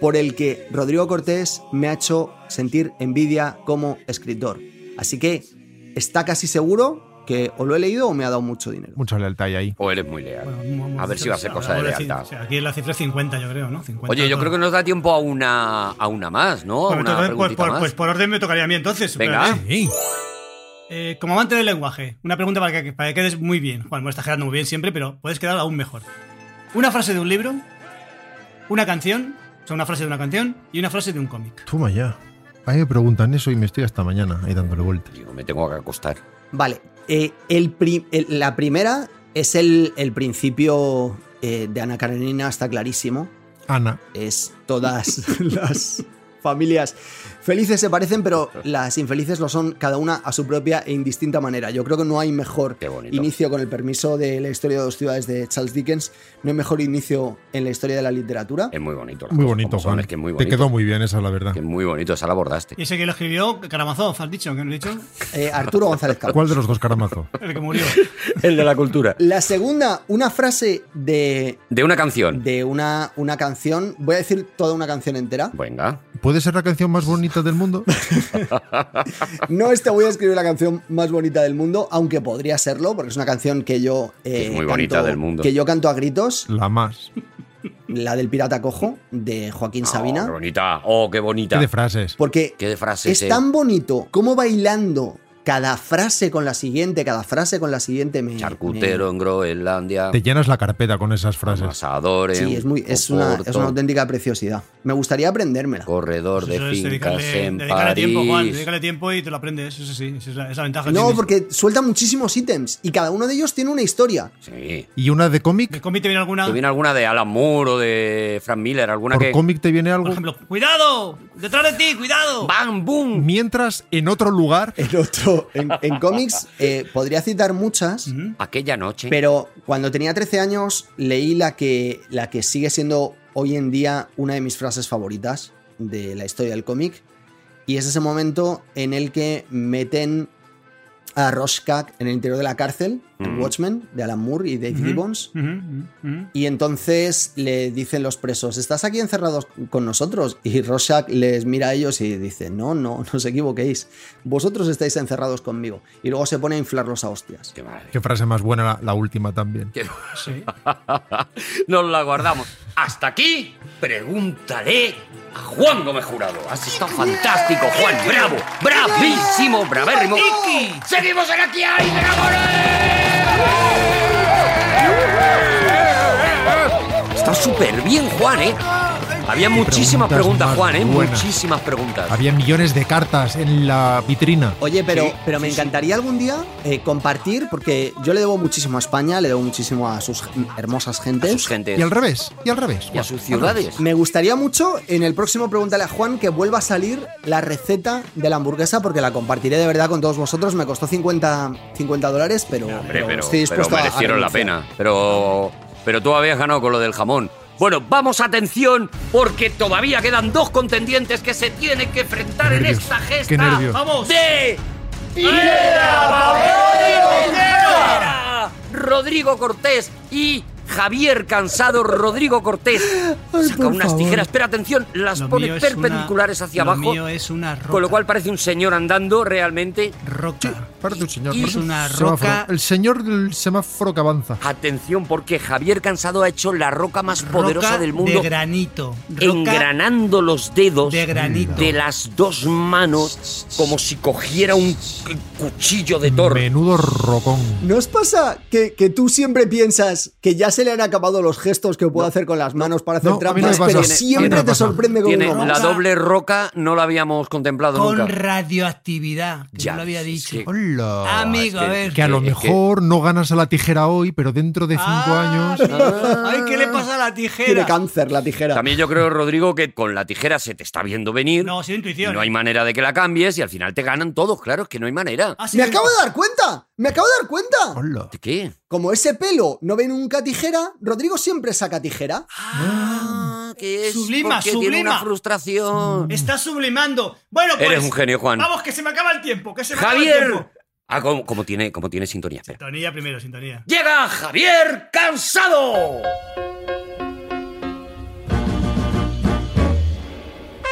D: por el que Rodrigo Cortés me ha hecho sentir envidia como escritor. Así que está casi seguro que o lo he leído o me ha dado mucho dinero.
F: Mucha lealtad hay ahí.
E: o eres muy leal.
C: Bueno, un- un-
E: A ver si va a ser cosa de
C: ahora sí,
E: lealtad.
C: o sea, aquí es la cifra 50, yo creo, ¿no? 50
E: Oye, yo creo que nos da tiempo a una, a una más, ¿no? A
C: Bueno,
E: una
C: entonces, pues,
E: preguntita
C: por, pues
E: más.
C: por orden me tocaría a mí entonces.
E: Venga.
C: espérate. Eh, como amante del lenguaje, una pregunta para que, para que quedes muy bien. Juan, bueno, estás quedando muy bien siempre, pero puedes quedar aún mejor. Una frase de un libro, una canción, o sea, una frase de una canción y una frase de un cómic.
F: Toma ya. A mí me preguntan eso y me estoy hasta mañana ahí dándole
C: pues-
F: vueltas.
E: Digo, me tengo que acostar.
D: Vale, eh, el pri- el- la primera es el, el principio eh, de Ana Karenina, está clarísimo.
F: Ana,
D: Es todas las familias felices se parecen, pero las infelices lo son cada una a su propia e indistinta manera. Yo creo que no hay mejor
E: Qué bonito.
D: inicio con el permiso de la historia de dos ciudades de Charles Dickens, no hay mejor inicio en la historia de la literatura.
E: Es muy bonito. las
F: muy
E: cosas
F: bonito,
E: como son,
F: Juan.
E: Es que muy
F: Te
E: bonito.
F: quedó muy bien esa, la verdad.
E: Que muy bonito, esa la abordaste.
C: Y ese que lo escribió, Karamazov, has dicho, que no he dicho,
D: Eh, Arturo González Campos.
F: ¿Cuál de los dos caramazo?
C: el que murió.
E: El de la cultura.
D: La segunda, una frase de,
E: De una canción.
D: de una, una canción. Voy a decir toda una canción entera.
E: Venga.
F: ¿Puede ser la canción más bonita del mundo?
D: No es te voy a escribir la canción más bonita del mundo, aunque podría serlo, porque es una canción que yo. eh,
E: Es muy bonita
D: canto-
E: del mundo.
D: Que yo canto a gritos,
F: La más.
D: la del Pirata Cojo, de Joaquín
E: Oh, qué
D: Sabina.
E: bonita. Oh, qué
F: ¿Qué
E: bonita.
F: de frases?
D: Porque
E: Qué de frase.
D: es tan bonito como bailando cada frase con la siguiente, cada frase con la siguiente me.
E: Charcutero en Groenlandia.
F: Te llenas la carpeta con esas frases.
E: Amasador
D: me-
E: en
D: sí, es, muy, es, una, es
E: Oporto,
D: una auténtica preciosidad. Me gustaría aprendérmela.
E: Corredor de
C: Eso es,
E: fincas
C: dedícale-
E: en
C: dedícale tiempo, Juan,
E: París.
C: dedícale tiempo y te lo aprendes. Eso sí, esa es la, esa es la ventaja. que
D: No,
C: tienes.
D: porque suelta muchísimos ítems y cada uno de ellos tiene una historia.
E: Sí.
F: ¿Y una de cómic?
C: ¿De cómic te viene alguna?
E: ¿Te viene alguna de Alan Moore o de Frank Miller? ¿Alguna
F: ¿Por
E: que.?
F: cómic te viene
C: Por
F: algo?
C: ejemplo, ¡cuidado! ¡Detrás de ti, cuidado!
E: ¡Bam! ¡Boom!
F: Mientras, en otro lugar,
D: En otro, en, en cómics, eh, podría citar muchas,
C: Ujú.
E: Aquella noche.
D: pero cuando tenía 13 años leí la que, la que sigue siendo hoy en día una de mis frases favoritas de la historia del cómic. Y es ese momento en el que meten a Rorschach en el interior de la cárcel, en
E: Mm.
D: Watchmen, de Alan Moore y Dave
C: Ujú.
D: Gibbons.
C: Ujú, ujú, ujú.
D: Y entonces le dicen los presos, estás aquí encerrados con nosotros. Y Rorschach les mira a ellos y dice, no, no, no os equivoquéis. Vosotros estáis encerrados conmigo. Y luego se pone a inflarlos a hostias.
E: Qué madre.
F: qué frase más buena la, la última también.
C: Sí.
E: Nos la guardamos. Hasta aquí, pregúntale a Juan Gómez Jurado. Has estado fantástico, Juan. Bravo, bravísimo, bravérrimo. Seguimos en Aquí hay Dragones. Está súper bien, Juan, ¿eh? Había muchísimas preguntas,
F: Preguntas más
E: Juan, ¿eh?
F: buenas.
E: Muchísimas preguntas.
F: Había millones de cartas en la vitrina.
D: Oye, pero,
E: Sí,
D: pero me
E: sí, sí.
D: encantaría algún día eh, compartir, porque yo le debo muchísimo a España, le debo muchísimo a sus hermosas
E: A
D: gentes.
E: sus gentes
F: Y al revés, y al revés.
E: y a
F: Juan,
E: sus
F: al revés.
E: ciudades.
D: Me gustaría mucho en el próximo Pregúntale a Juan que vuelva a salir la receta de la hamburguesa porque la compartiré de verdad con todos vosotros. Me costó 50, 50 dólares, pero,
E: Hombre, pero,
D: estoy
E: pero
D: dispuesto a- a
E: merecieron la
D: renunciar.
E: pena. Pero, pero tú habías ganado con lo del jamón. Bueno, vamos atención, porque todavía quedan dos contendientes que se tienen que enfrentar
F: Qué
E: en
F: nervios,
E: esta gesta.
F: qué nervios.
E: ¡Vamos! ¡De Piedra! Rodrigo Cortés y Javier Cansado. Rodrigo Cortés saca unas tijeras, pero atención, las
C: Lo mío
E: pone
C: es una-
E: perpendiculares hacia
C: lo
E: abajo.
C: mío es una roca.
E: Con lo cual parece un señor andando realmente.
C: Roca.
F: Para tu señor,
E: Y
F: para
E: es
F: tu
C: una
F: semáforo.
C: roca-
F: El señor del semáforo que avanza.
E: Atención, porque Javier Cansado ha hecho la roca más poderosa
C: Roca
E: del mundo,
C: De granito. Roca
E: engranando los dedos
C: de granito.
E: de las dos manos como si cogiera un c- cuchillo de toro.
F: Menudo rocón.
D: ¿No os pasa que, que tú siempre piensas que ya se le han acabado los gestos que puedo hacer con las manos para hacer
F: no, a mí no me
D: trampas,
F: pasa.
D: pero
F: Tiene-
D: siempre
E: tiene-
D: te sorprende con
E: Tiene
D: uno?
E: la doble roca, no la habíamos contemplado
C: Con
E: nunca.
C: radioactividad. Que
E: Ya
C: ya lo había
E: ves, es
C: dicho.
E: que-
F: Hola.
C: Amigo,
E: es
C: a
E: que-
C: ver.
F: Que a lo
E: Es que-
F: mejor no ganas a la tijera hoy, pero dentro de cinco
C: Ah,
F: años.
C: mira. Ay, ¿qué le pasa a la
D: Tiene
C: tijera?
D: cáncer la tijera.
E: También yo creo, Rodrigo, que con la tijera se te está viendo venir.
C: No, sin
E: y
C: intuición.
E: no hay manera de que la cambies y al final te ganan todos, claro, es que no hay manera.
C: Ah, sí,
D: ¡Me
C: sí.
D: acabo de dar cuenta! ¡Me acabo de dar cuenta!
F: Hola.
E: ¿De qué?
D: Como ese pelo no ve nunca tijera, Rodrigo siempre saca tijera.
E: Ah, que es
C: Sublima,
E: porque tiene una
C: sublima.
E: frustración.
C: Está sublimando. Bueno, pues.
E: Eres un genio, Juan.
C: Vamos, que se me acaba el tiempo. Que se me acaba el
E: Javier.
C: tiempo.
E: Ah, como, como tiene, como tiene sintonía. espera.
C: Sintonía primero, sintonía.
E: Llega Javier Cansado.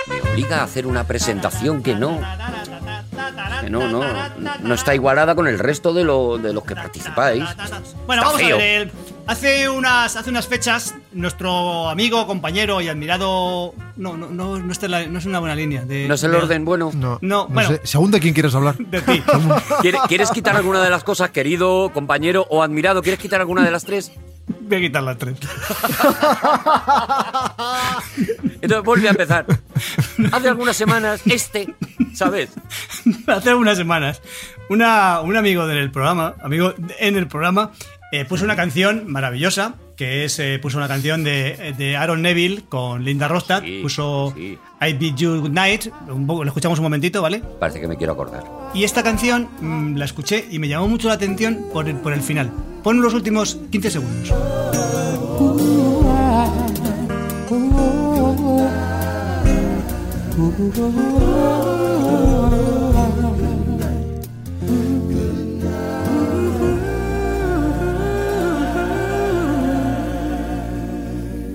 E: Me obliga a hacer una presentación que no, que no, no, no está igualada con el resto de, lo- de los que participáis.
C: Bueno,
E: Está
C: vamos
E: feo.
C: a ver. el- Hace unas, hace unas fechas, nuestro amigo, compañero y admirado. No, no, no, no, está en la- no es una buena línea. de-
E: No es el
C: de-
E: orden bueno.
F: No,
C: No, bueno.
F: sé. Según de quién quieres hablar.
C: De ti.
E: ¿Quiere- ¿Quieres quitar alguna de las cosas, querido compañero o admirado? ¿Quieres quitar alguna de las tres?
C: Voy a quitar las tres.
E: Entonces vuelve a empezar. Hace algunas semanas, este, ¿sabes?
C: hace unas semanas, una- un amigo del programa, amigo en el programa, eh, puso una canción maravillosa, que es, eh, puso una canción de, de Aaron Neville con Linda Rostad,
E: Sí,
C: puso
E: sí.
C: I Bid You Goodnight, un poco, lo escuchamos un momentito, ¿vale?
E: Parece que me quiero acordar.
C: Y esta canción mm, la escuché y me llamó mucho la atención por el, por el final. Pon los últimos 15 segundos.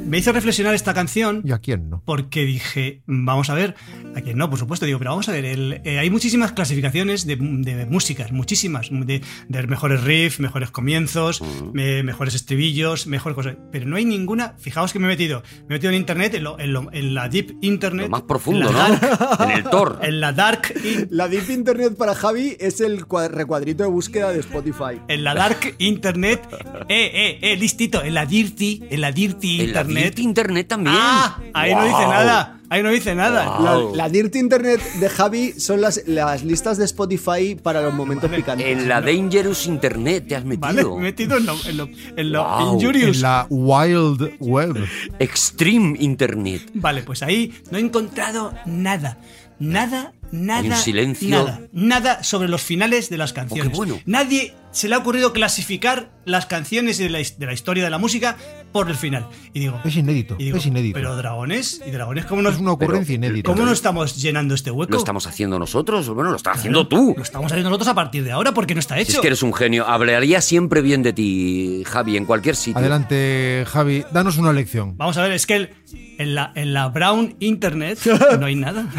C: me hizo reflexionar esta canción
F: ¿Y a quién no?
C: porque dije, vamos a ver, a quién no, por supuesto, digo, pero vamos a ver, el- eh, hay muchísimas clasificaciones de, de músicas, muchísimas, de, de mejores riffs, mejores comienzos, me- mejores estribillos, mejores cosas, pero no hay ninguna, fijaos que me he metido, me he metido en internet, en, lo- en lo- en la deep internet,
E: Lo más profundo,
C: en la dark,
E: ¿no? En el Thor.
C: en la dark in-
D: La Deep Internet para Javi es el cua- recuadrito de búsqueda de Spotify.
C: en la dark internet, eh, eh, eh, listito, en la dirty, en la dirty
E: En la
C: internet.
E: Dirty Internet también.
C: Ah, ahí no dice
E: Wow.
C: nada, ahí no dice nada.
D: La,
E: Wow.
D: la Dirty Internet de Javi son las, las listas de Spotify para los momentos picantes.
E: En la Dangerous Internet te has
C: Vale,
E: metido.
C: me he metido en lo, en lo- en lo
E: Wow.
C: injurious.
F: En la Wild Web.
E: Extreme Internet.
C: Vale, pues ahí no he encontrado nada. Nada, nada.
E: Hay un silencio. Oh,
C: Nada, nada sobre los finales de las canciones.
E: bueno.
C: Nadie se le ha ocurrido clasificar las canciones de la, his- de la historia de la música por el final. Y digo.
F: Es inédito,
C: y digo,
F: es inédito.
C: Pero dragones, ¿y dragones cómo nos,
F: es una ocurrencia
E: pero-
F: inédita.
C: cómo no estamos llenando este hueco?
E: ¿Lo estamos haciendo nosotros? Bueno, lo estás haciendo tú.
C: Lo estamos haciendo nosotros a partir de ahora porque no está hecho.
E: Si es que eres un genio. Hablaría siempre bien de ti, Javi, en cualquier sitio.
F: Adelante, Javi, danos una lección.
C: Vamos a ver, es que el- en, la, en la Brown Internet no hay nada.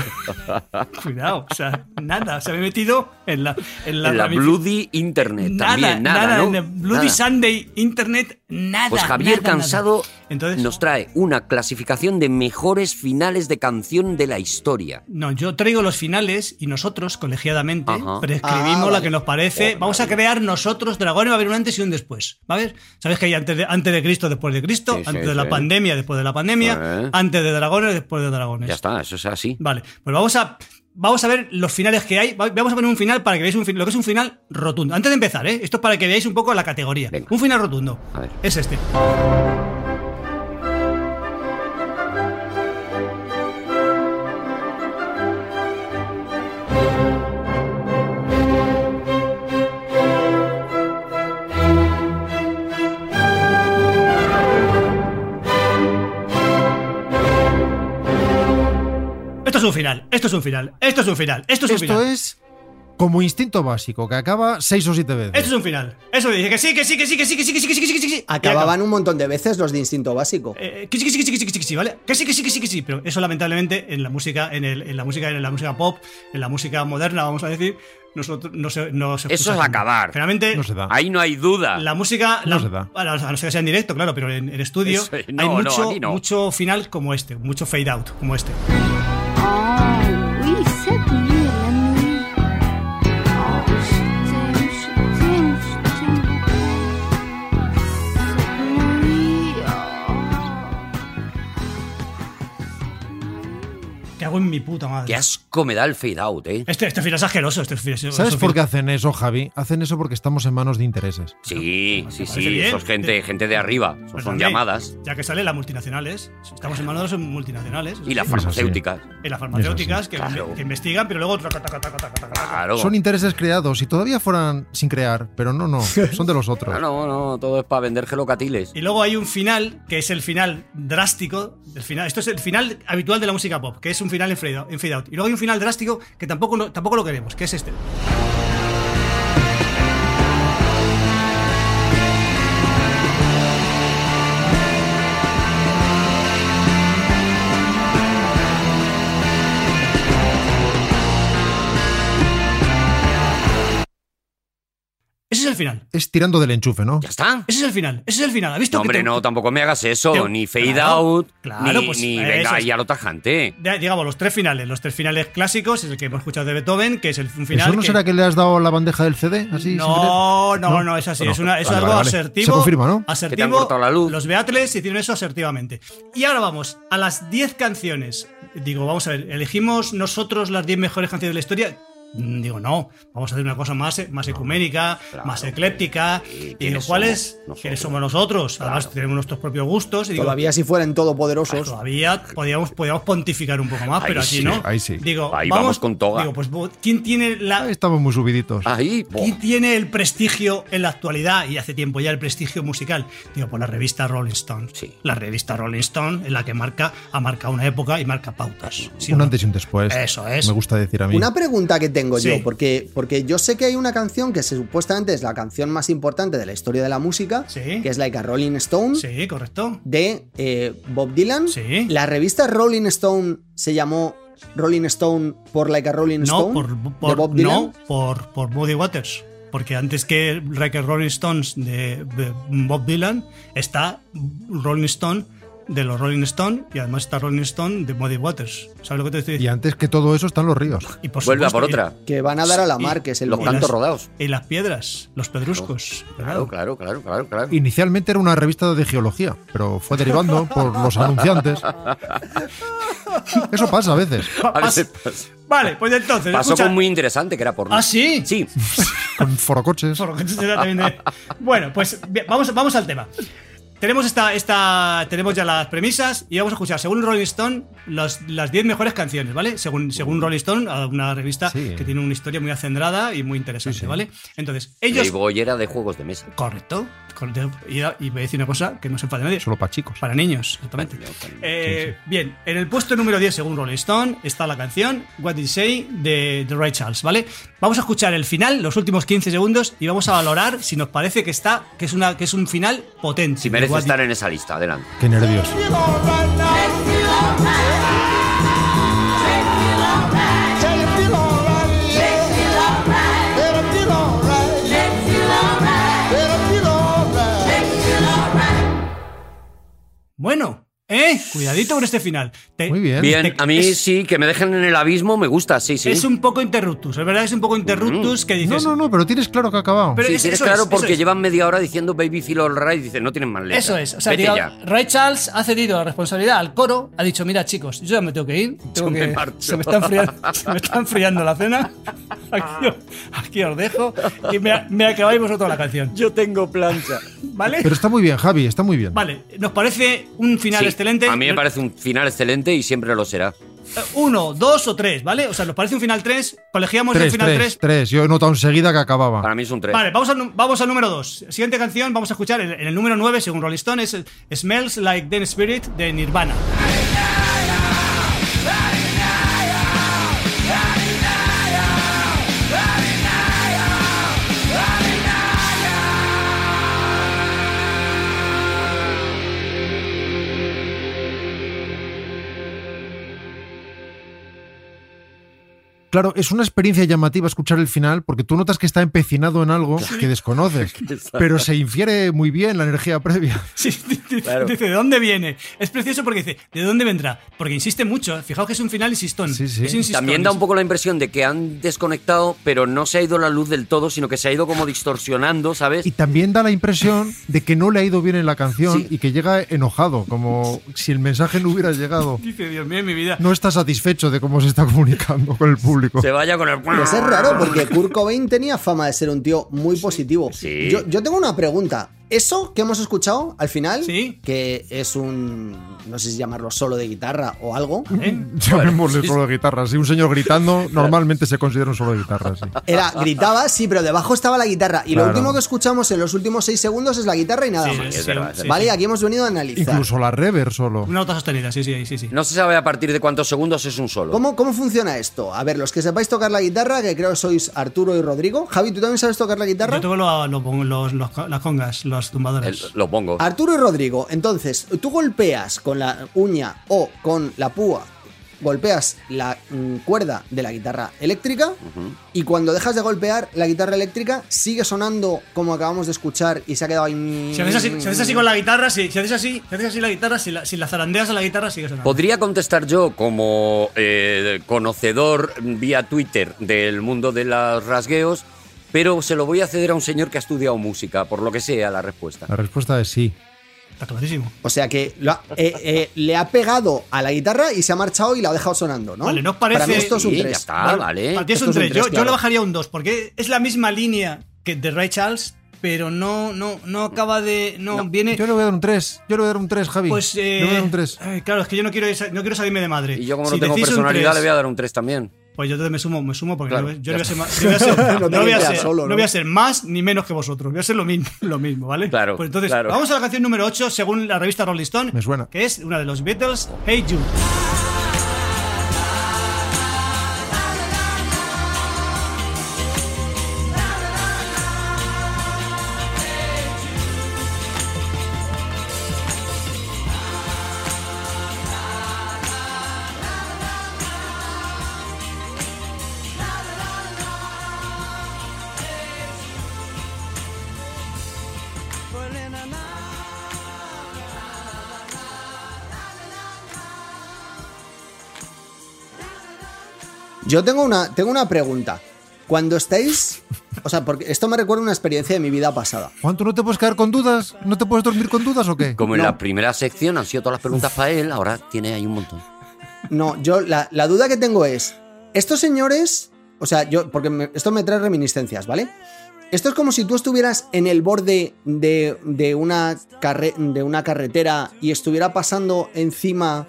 C: Cuidado, o sea, nada. Se me he metido en la, en la,
E: En la
C: ramifi-
E: Bloody Internet
C: Nada,
E: también, nada, ¿no?
C: en el Bloody
E: Nada.
C: Sunday Internet, nada.
E: Pues Javier
C: nada, nada.
E: Cansado
C: Entonces,
E: nos trae una clasificación de mejores finales de canción de la historia.
C: no, yo traigo los finales y nosotros, colegiadamente,
E: Ajá.
C: prescribimos
D: Ah,
C: la
D: vale.
C: que nos parece. Vamos a crear nosotros dragones, va a haber un antes y un después. ¿Va a ver? ¿Sabes que hay antes de, antes de Cristo, después de Cristo?
E: Sí, sí,
C: antes de la
E: sí.
C: pandemia, después de la pandemia.
E: Eh.
C: Antes de dragones, después de dragones.
E: Ya está, eso es así.
C: Vale, pues vamos a, vamos a ver los finales que hay. Va- Vamos a poner un final para que veáis un fin- lo que es un final rotundo. Antes de empezar, ¿eh? esto es para que veáis un poco la categoría.
E: Venga.
C: Un final rotundo.
E: A ver.
C: Es este. Esto es un final, esto es un final, esto es un final, esto es un
F: Esto
C: final.
F: es como instinto básico, que acaba seis o siete
C: Esto es
F: veces.
C: un final. Eso dice que sí, que sí, que sí, que sí, que sí, que sí, que sí, que sí, que sí, que sí.
D: Acababan un montón de veces los de instinto básico.
C: Eh, que sí, que sí, que sí, que sí, que sí, que sí, ¿vale? Que sí, que sí, que sí, que sí, pero eso lamentablemente en la música, en, el, en la música, en la música pop, en la música moderna, vamos a decir, nosotros no se, no se
E: Eso
C: escucha
E: es
C: tanto.
E: acabar.
C: Generalmente
F: No se da.
E: Ahí no hay duda.
C: la música,
F: No
C: la-
F: se da.
C: bueno, a no ser que sea en directo, claro, pero en, en estudio
E: Eso, no,
C: hay
E: no,
C: mucho,
E: aquí no.
C: mucho final como este, mucho fade out como este.
G: Oh, oui, cette nuit, la nuit. Oh, je t'aime, je t'aime, je t'aime beaucoup. Cette nuit, oh.
C: ¿Qué hago en mi puta madre?
E: Qué asco me da el fade out, ¿eh?
C: Este, este final es asqueroso, este final. es-
F: ¿Sabes
C: es-
F: por qué hacen eso, Javi? Hacen eso porque estamos en manos de intereses.
E: Sí, sí,
C: parece
E: sí.
C: bien. Pues
E: Eso es gente, gente de arriba. Eso son
C: Perdóname,
E: llamadas.
C: Ya que sale las multinacionales, estamos en manos de las multinacionales.
E: Y las
F: Eso sí.
E: farmacéuticas.
C: y las farmacéuticas que,
E: claro.
C: que investigan, pero luego taca, taca, taca, taca, taca, taca.
E: Claro.
F: Son intereses creados y todavía fueran sin crear, pero no, no, son de los otros.
E: No, Ah, no, no, todo es para vender gelocatiles.
C: Y luego hay un final, que es el final drástico. El final, esto es el final habitual de la música pop, que es un final en fade out. en fade out. Y luego hay un final drástico que tampoco, no- tampoco lo queremos, que es este. Ese es el final.
F: Es tirando del enchufe, ¿no?
E: ¿Ya está?
C: Ese es el final. Ese es el final. ¿Has visto
E: No,
C: que
E: hombre,
C: te-
E: no, tampoco me hagas eso.
C: Te-
E: Ni fade
C: Claro,
E: out,
C: claro,
E: ni,
C: pues,
E: ni
C: eso
E: venga
C: es.
E: ya lo tajante.
C: Ya, digamos, los tres finales, los tres finales clásicos, es el que hemos escuchado de Beethoven, que es el un final.
F: ¿Eso no será que le has dado la bandeja del CD? Así, sin
C: No, no,
F: ¿No?
C: no, es así.
F: Bueno,
C: es una, es
F: vale,
C: algo
F: vale, vale.
C: asertivo.
F: Se confirma, ¿no?
E: Que te han
C: Asertivo.
E: cortado la luz.
C: Los Beatles hicieron eso asertivamente. Y ahora vamos a las 10 canciones. Digo, vamos a ver, ¿elegimos nosotros las 10 mejores canciones de la historia? Mm, Digo, no, vamos a hacer una cosa más, más ecuménica,
E: claro,
C: más ecléptica.
E: sí,
C: y digo,
E: ¿quiénes
C: ¿cuáles?
E: somos nosotros?
C: ¿Quiénes somos nosotros? Además,
E: Claro.
C: tenemos nuestros propios gustos. Y digo,
D: Todavía si fueran
C: pues
D: todopoderosos.
C: todavía podíamos, podíamos pontificar un poco más,
E: Ahí
C: pero aquí
E: sí,
C: no.
F: ahí sí.
C: Digo,
E: Ahí vamos con toga.
C: Digo, pues ¿quién tiene la,
F: Ahí Estamos muy subiditos.
C: Pues
E: Ahí, bo,
C: ¿Quién tiene el prestigio en la actualidad y hace tiempo ya el prestigio musical? Digo, por la revista Rolling Stone.
E: Sí.
C: La revista Rolling Stone es la que marca, ha marcado una época y marca pautas. ¿sí o
F: un
C: no?
F: antes y un después.
C: Eso es.
F: Me gusta decir a mí.
D: Una pregunta que tengo
C: Sí.
D: yo, porque, porque yo sé que hay una canción que se- supuestamente es la canción más importante de la historia de la música,
C: Sí.
D: que es Like a Rolling Stone,
C: Sí, correcto.
D: de eh, Bob Dylan.
C: Sí.
D: La revista Rolling Stone se llamó Rolling Stone por Like a Rolling
C: No,
D: Stone.
C: por, por-
D: de Bob
C: no
D: Dylan.
C: por, por Muddy Waters. Porque antes que Like a Rolling Stones de, de Bob Dylan, está Rolling Stone de los Rolling Stone y además está Rolling Stone de Muddy Waters. ¿Sabes lo que te estoy
F: Y
C: diciendo?
F: antes que todo eso están los ríos.
C: Y por
E: Vuelve a por
C: supuesto, Pues
E: otra.
D: Que van a dar a la
C: Sí,
D: mar, que es el
E: Los
D: mono.
E: cantos rodados.
C: Y, y las piedras, los pedruscos.
E: Claro, claro, claro, claro, claro.
F: Inicialmente era una revista de geología, pero fue derivando por los anunciantes. Eso pasa a veces.
C: Pa-
E: A
C: pas-
E: veces pasa.
C: Vale, pues entonces.
E: Pasó
C: escucha-
E: con muy interesante, que era porno.
C: ¿Ah, sí?
E: Sí,
F: Con forocoches.
C: Por lo que te será también de- Bueno, pues bien, vamos, vamos al tema. Tenemos, esta, esta, tenemos ya las premisas y vamos a escuchar, según Rolling Stone, los- las 10 mejores canciones, ¿vale? Según, según Rolling Stone, a una revista
F: Sí.
C: que tiene una historia muy acendrada y muy interesante, ¿vale? Entonces, ellos...
E: Playboy era de juegos de mesa.
C: Correcto. correcto. Y, y voy a decir una cosa que no se enfade nadie.
F: Solo para chicos.
C: Para niños, exactamente.
E: Para niños, para niños.
C: Eh, Bien, en el puesto número 10, según Rolling Stone, está la canción What Did You Say de, de Ray Charles, ¿vale? Vamos a escuchar el final, los últimos 15 segundos, y vamos a valorar si nos parece que está, que es una, que es un final potente.
E: Si merece
C: What
E: estar
C: did-
E: en esa lista, adelante.
F: Qué nervios.
C: Bueno, eh, cuidadito con este final. Te-
F: Muy bien.
E: Bien, a mí
C: es-
E: sí, que me dejen en el abismo, me gusta, sí, Mm. sí.
C: Es un poco interruptus, es verdad, es un poco interruptus que
F: No,
C: dices.
F: no, no, pero tienes claro que ha acabado.
C: Pero
E: Sí,
C: es-
E: tienes
C: eso
E: claro
C: es, eso
E: porque
C: es.
E: llevan media hora diciendo Baby Feel All Right y dicen, no tienen más letra.
H: Eso es. O sea,
E: Vete
H: diga-
E: ya.
H: Ray Charles ha cedido la responsabilidad al coro, ha dicho, mira chicos, yo ya me tengo que ir. tengo
E: me
H: que-
E: marcho".
H: se, me está enfriando, se me está enfriando la cena. Aquí, os- aquí os dejo y me, me acabáis vosotros la canción.
E: Yo tengo plancha.
H: ¿Vale?
F: Pero está muy bien, Javi, está muy bien.
C: Vale, nos parece un final
E: Sí,
C: excelente.
E: A mí me parece un final excelente y siempre lo será.
C: Eh, Uno, dos o tres, ¿vale? O sea, nos parece un final tres, colegíamos el
F: Tres,
C: final
F: tres,
C: tres.
F: tres. Yo he notado enseguida que acababa.
E: Para mí es un 3.
C: Vale, vamos al, nu- vamos al número 2. Siguiente canción, vamos a escuchar en, en el número 9, según Rolling Stone, es Smells Like Teen Spirit de Nirvana.
F: Claro, es una experiencia llamativa escuchar el final porque tú notas que está empecinado en algo que desconoces, pero se infiere muy bien la energía previa.
C: Sí, dice, dice, ¿de dónde viene? Es precioso porque dice, ¿de dónde vendrá? Porque insiste mucho. ¿eh? Fijaos que es un final insistón.
F: Sí, sí.
C: Es insistón,
E: También da
C: es-
E: un poco la impresión de que han desconectado, pero no se ha ido la luz del todo, sino que se ha ido como distorsionando, ¿sabes?
F: Y también da la impresión de que no le ha ido bien en la canción
E: Sí.
F: y que llega enojado, como si el mensaje no hubiera llegado.
C: Dice, Dios mío, mi vida.
F: No está satisfecho de cómo se está comunicando con el público.
E: Se vaya con el.
D: Pues es raro porque Kurt Cobain tenía fama de ser un tío muy positivo.
E: Sí.
D: Yo, yo tengo una pregunta. Eso que hemos escuchado al final,
C: Sí.
D: que es un, no sé si llamarlo solo de guitarra o algo,
C: ¿eh?
F: Llamémosle solo de guitarra. Si un señor gritando, normalmente se considera un solo de guitarra. sí.
D: era gritaba, sí, pero debajo estaba la guitarra. Y
F: Claro.
D: lo último que escuchamos en los últimos seis segundos es la guitarra y nada
C: Sí,
D: más.
C: sí,
E: es verdad,
C: sí,
D: vale,
C: sí.
D: aquí hemos venido a analizar.
F: Incluso la rever solo.
C: Una nota sostenida, sí, sí, sí. sí.
E: No se sabe a partir de cuántos segundos es un solo.
D: ¿Cómo, ¿Cómo funciona esto? A ver, los que sepáis tocar la guitarra, que creo que sois Arturo y Rodrigo. Javi, ¿tú también sabes tocar la guitarra?
C: Yo tengo lo- lo- los, los- las congas, los
E: El-
C: tumbadores.
E: lo pongo.
D: Arturo y Rodrigo, entonces, tú golpeas con la uña o con la púa, golpeas la mm, cuerda de la guitarra eléctrica y cuando dejas de golpear la guitarra eléctrica sigue sonando como acabamos de escuchar y se ha quedado ahí...
C: Si haces, así, si haces así con la guitarra, sí. Si haces así, si haces así la guitarra, si la, si la zarandeas a la guitarra, sigue sonando.
E: Podría contestar yo como eh, conocedor vía Twitter del mundo de los rasgueos, pero se lo voy a ceder a un señor que ha estudiado música, por lo que sea la respuesta.
F: La respuesta es sí.
C: Está clarísimo.
D: O sea que lo ha- eh, eh, le ha pegado a la guitarra y se ha marchado y la ha dejado sonando, ¿no?
C: Vale, ¿no os parece-
D: Para mí esto es un
E: Sí, ya
D: 3.
E: está, Ah, vale.
C: Para ti es
D: Esto
C: un
D: es un
C: 3.
D: tres,
C: yo, yo
D: claro.
C: le bajaría un 2, porque es la misma línea que de Ray Charles, pero no, no, no acaba de. No, viene.
F: Yo le voy a dar un 3. Yo le voy a dar un 3, Javi.
C: pues.
F: Yo le
C: eh,
F: voy a dar un 3.
C: ay, claro, es que yo no quiero, esa- no quiero salirme de madre.
E: Y yo como
C: Si
E: no tengo
C: decís un
E: personalidad le
C: tres,
E: voy a dar un 3 también.
C: Pues yo entonces me sumo, me sumo porque
E: Claro,
C: no-
E: ya
C: yo no voy a ser
E: está.
C: más. yo voy a ser-
D: No te
C: no voy a
D: quedas
C: ser-
D: solo,
C: no
D: ¿no?
C: voy a ser más ni menos que vosotros. Voy a ser lo mismo, lo mismo ¿vale?
E: Claro,
C: Pues entonces,
E: claro.
C: vamos a la canción número 8, según la revista Rolling Stone.
F: Me suena.
C: Que es una de los Beatles, Hey You.
G: I
D: Yo tengo una, tengo una pregunta. Cuando estáis. O sea, porque esto me recuerda una experiencia de mi vida pasada.
F: Juan, ¿tú no te puedes quedar con dudas? ¿No te puedes dormir con dudas o qué?
E: Como en
D: No.
E: la primera sección han sido todas las preguntas para él, ahora tiene ahí un montón.
D: No, yo la, la duda que tengo es, estos señores, o sea, yo, porque me- esto me trae reminiscencias, ¿vale? Esto es como si tú estuvieras en el borde de, de una, carre- de una carretera y estuviera pasando encima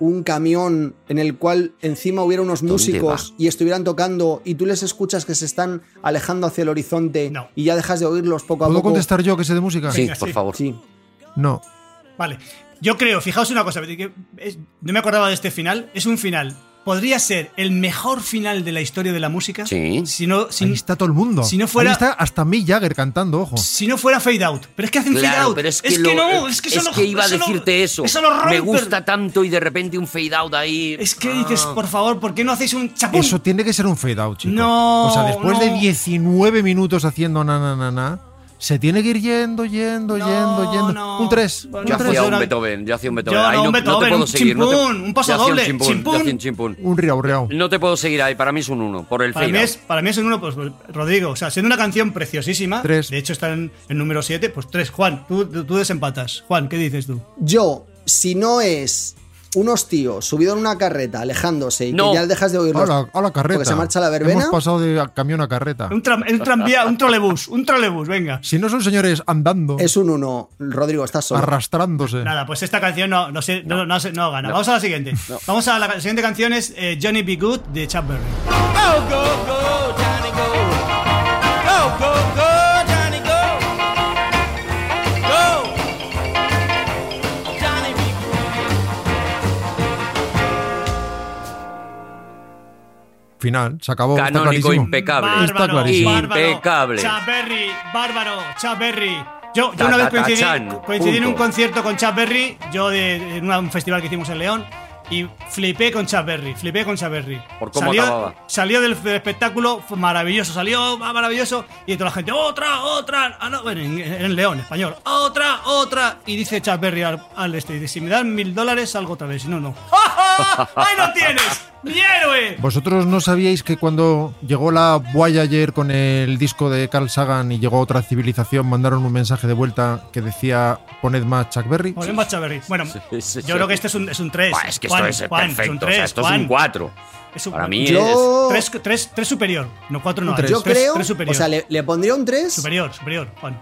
D: un camión en el cual encima hubiera unos
E: ¿Dónde
D: músicos
E: va?
D: y estuvieran tocando y tú les escuchas que se están alejando hacia el horizonte
C: No.
D: y ya dejas de oírlos poco a
F: ¿Puedo
D: poco.
F: contestar yo que sé de música?
E: Sí,
C: Venga,
E: por
C: sí.
E: favor.
D: Sí.
F: No.
C: Vale. Yo creo, fijaos una cosa, que es- no me acordaba de este final. Es un final. Podría ser el mejor final de la historia de la música.
E: Sí.
C: Si no, si,
F: Ahí está todo el mundo.
C: si no fuera-
F: Ahí está hasta Mick Jagger cantando, ojo.
C: si no fuera Fade Out. Pero es que hacen Fade
E: Claro,
C: Out.
E: pero es que, lo-
C: no, es que eso no-
E: iba a
C: eso no-
E: decirte eso.
C: Eso no
E: Me
C: rompe.
E: gusta tanto y de repente un fade out ahí.
C: Es que dices,
E: Ah.
C: por favor, ¿por qué no hacéis un chapón?
F: Eso tiene que ser un fade out, chico.
C: No,
F: O sea, después
C: no.
F: de 19 minutos haciendo na na na na, se tiene que ir yendo, yendo,
C: No,
F: yendo, yendo.
C: no.
F: Un 3.
C: Yo
E: Yo
C: Entonces,
E: hacía un
C: ahora-
E: Beethoven, yo hacía un Beethoven.
C: Yo
E: ahí
C: no,
E: no,
C: un
E: no te
C: Beethoven,
E: puedo
C: un
E: seguir. no te-
C: chimpún, un paso
E: yo hacía
C: doble,
E: chimpún, yo
C: chimpún.
E: hacía un chimpún.
F: Un riau, riau.
E: No te puedo seguir ahí, para mí es un 1, por el
C: Para
E: fade
C: mí,
E: out.
C: es, para mí es un uno, pues Rodrigo. O sea, siendo una canción preciosísima,
F: Tres.
C: de hecho está en el número 7, pues 3. Juan, tú, tú tú desempatas. Juan, ¿qué dices tú?
D: Yo, si no es unos tíos subidos en una carreta, alejándose y
E: No.
D: que ya dejas de oírlos.
F: Hola, hola, carreta.
D: Porque se marcha la verbena.
F: Hemos pasado de a- camión a carreta.
C: Un, tram- un tranvía, un trolebús, un trolebús, venga.
F: Si no son señores andando,
D: Es un 1, Rodrigo, estás solo.
F: arrastrándose.
C: Nada, pues esta canción no, no, sé, no. no, sé- no gana. Vamos a la siguiente. Vamos a la, la siguiente canción es eh, Johnny Be Good de Chuck Berry.
F: Final, se acabó. está
E: Canónico
F: clarísimo.
E: impecable.
C: Bárbaro,
F: Está clarísimo.
C: bárbaro,
E: Impecable.
C: Chuck Berry, bárbaro, Chuck Berry. Yo, yo
E: Ta,
C: una vez
E: ta, ta,
C: coincidí,
E: chan,
C: coincidí en un
E: punto.
C: concierto con Chuck Berry, yo de, en una- un festival que hicimos en León, y flipé con Chuck Berry, flipé con Chuck Berry.
E: Por cómo
C: salió,
E: acababa.
C: salió del, del espectáculo, fue maravilloso, salió ah, maravilloso, y toda la gente, otra, otra, ah, no, bueno, en, en León, español, otra, otra, y dice Chuck Berry al, al este, dice, si me dan mil dólares, salgo otra vez, si no, no. ¡Ahí lo tienes! ¡Mi héroe!
F: ¿Vosotros no sabíais que cuando llegó la Voyager con el disco de Carl Sagan y llegó otra civilización, mandaron un mensaje de vuelta que decía poned más Chuck Berry?
C: Volvemos a Chaverri. Bueno,
E: sí, sí, sí.
C: yo creo que este es un, es un 3.
E: Buah, es que esto es eh, perfecto. o sea, esto es un
C: Juan.
E: 4.
C: Es un-
E: Para mí
D: Yo-
E: es.
C: 3, 3, 3 superior. No, 4 no.
F: Un tres.
D: Yo creo,
C: 3 superior.
D: o sea, le, le pondría un 3,
C: Superior, superior, Juan.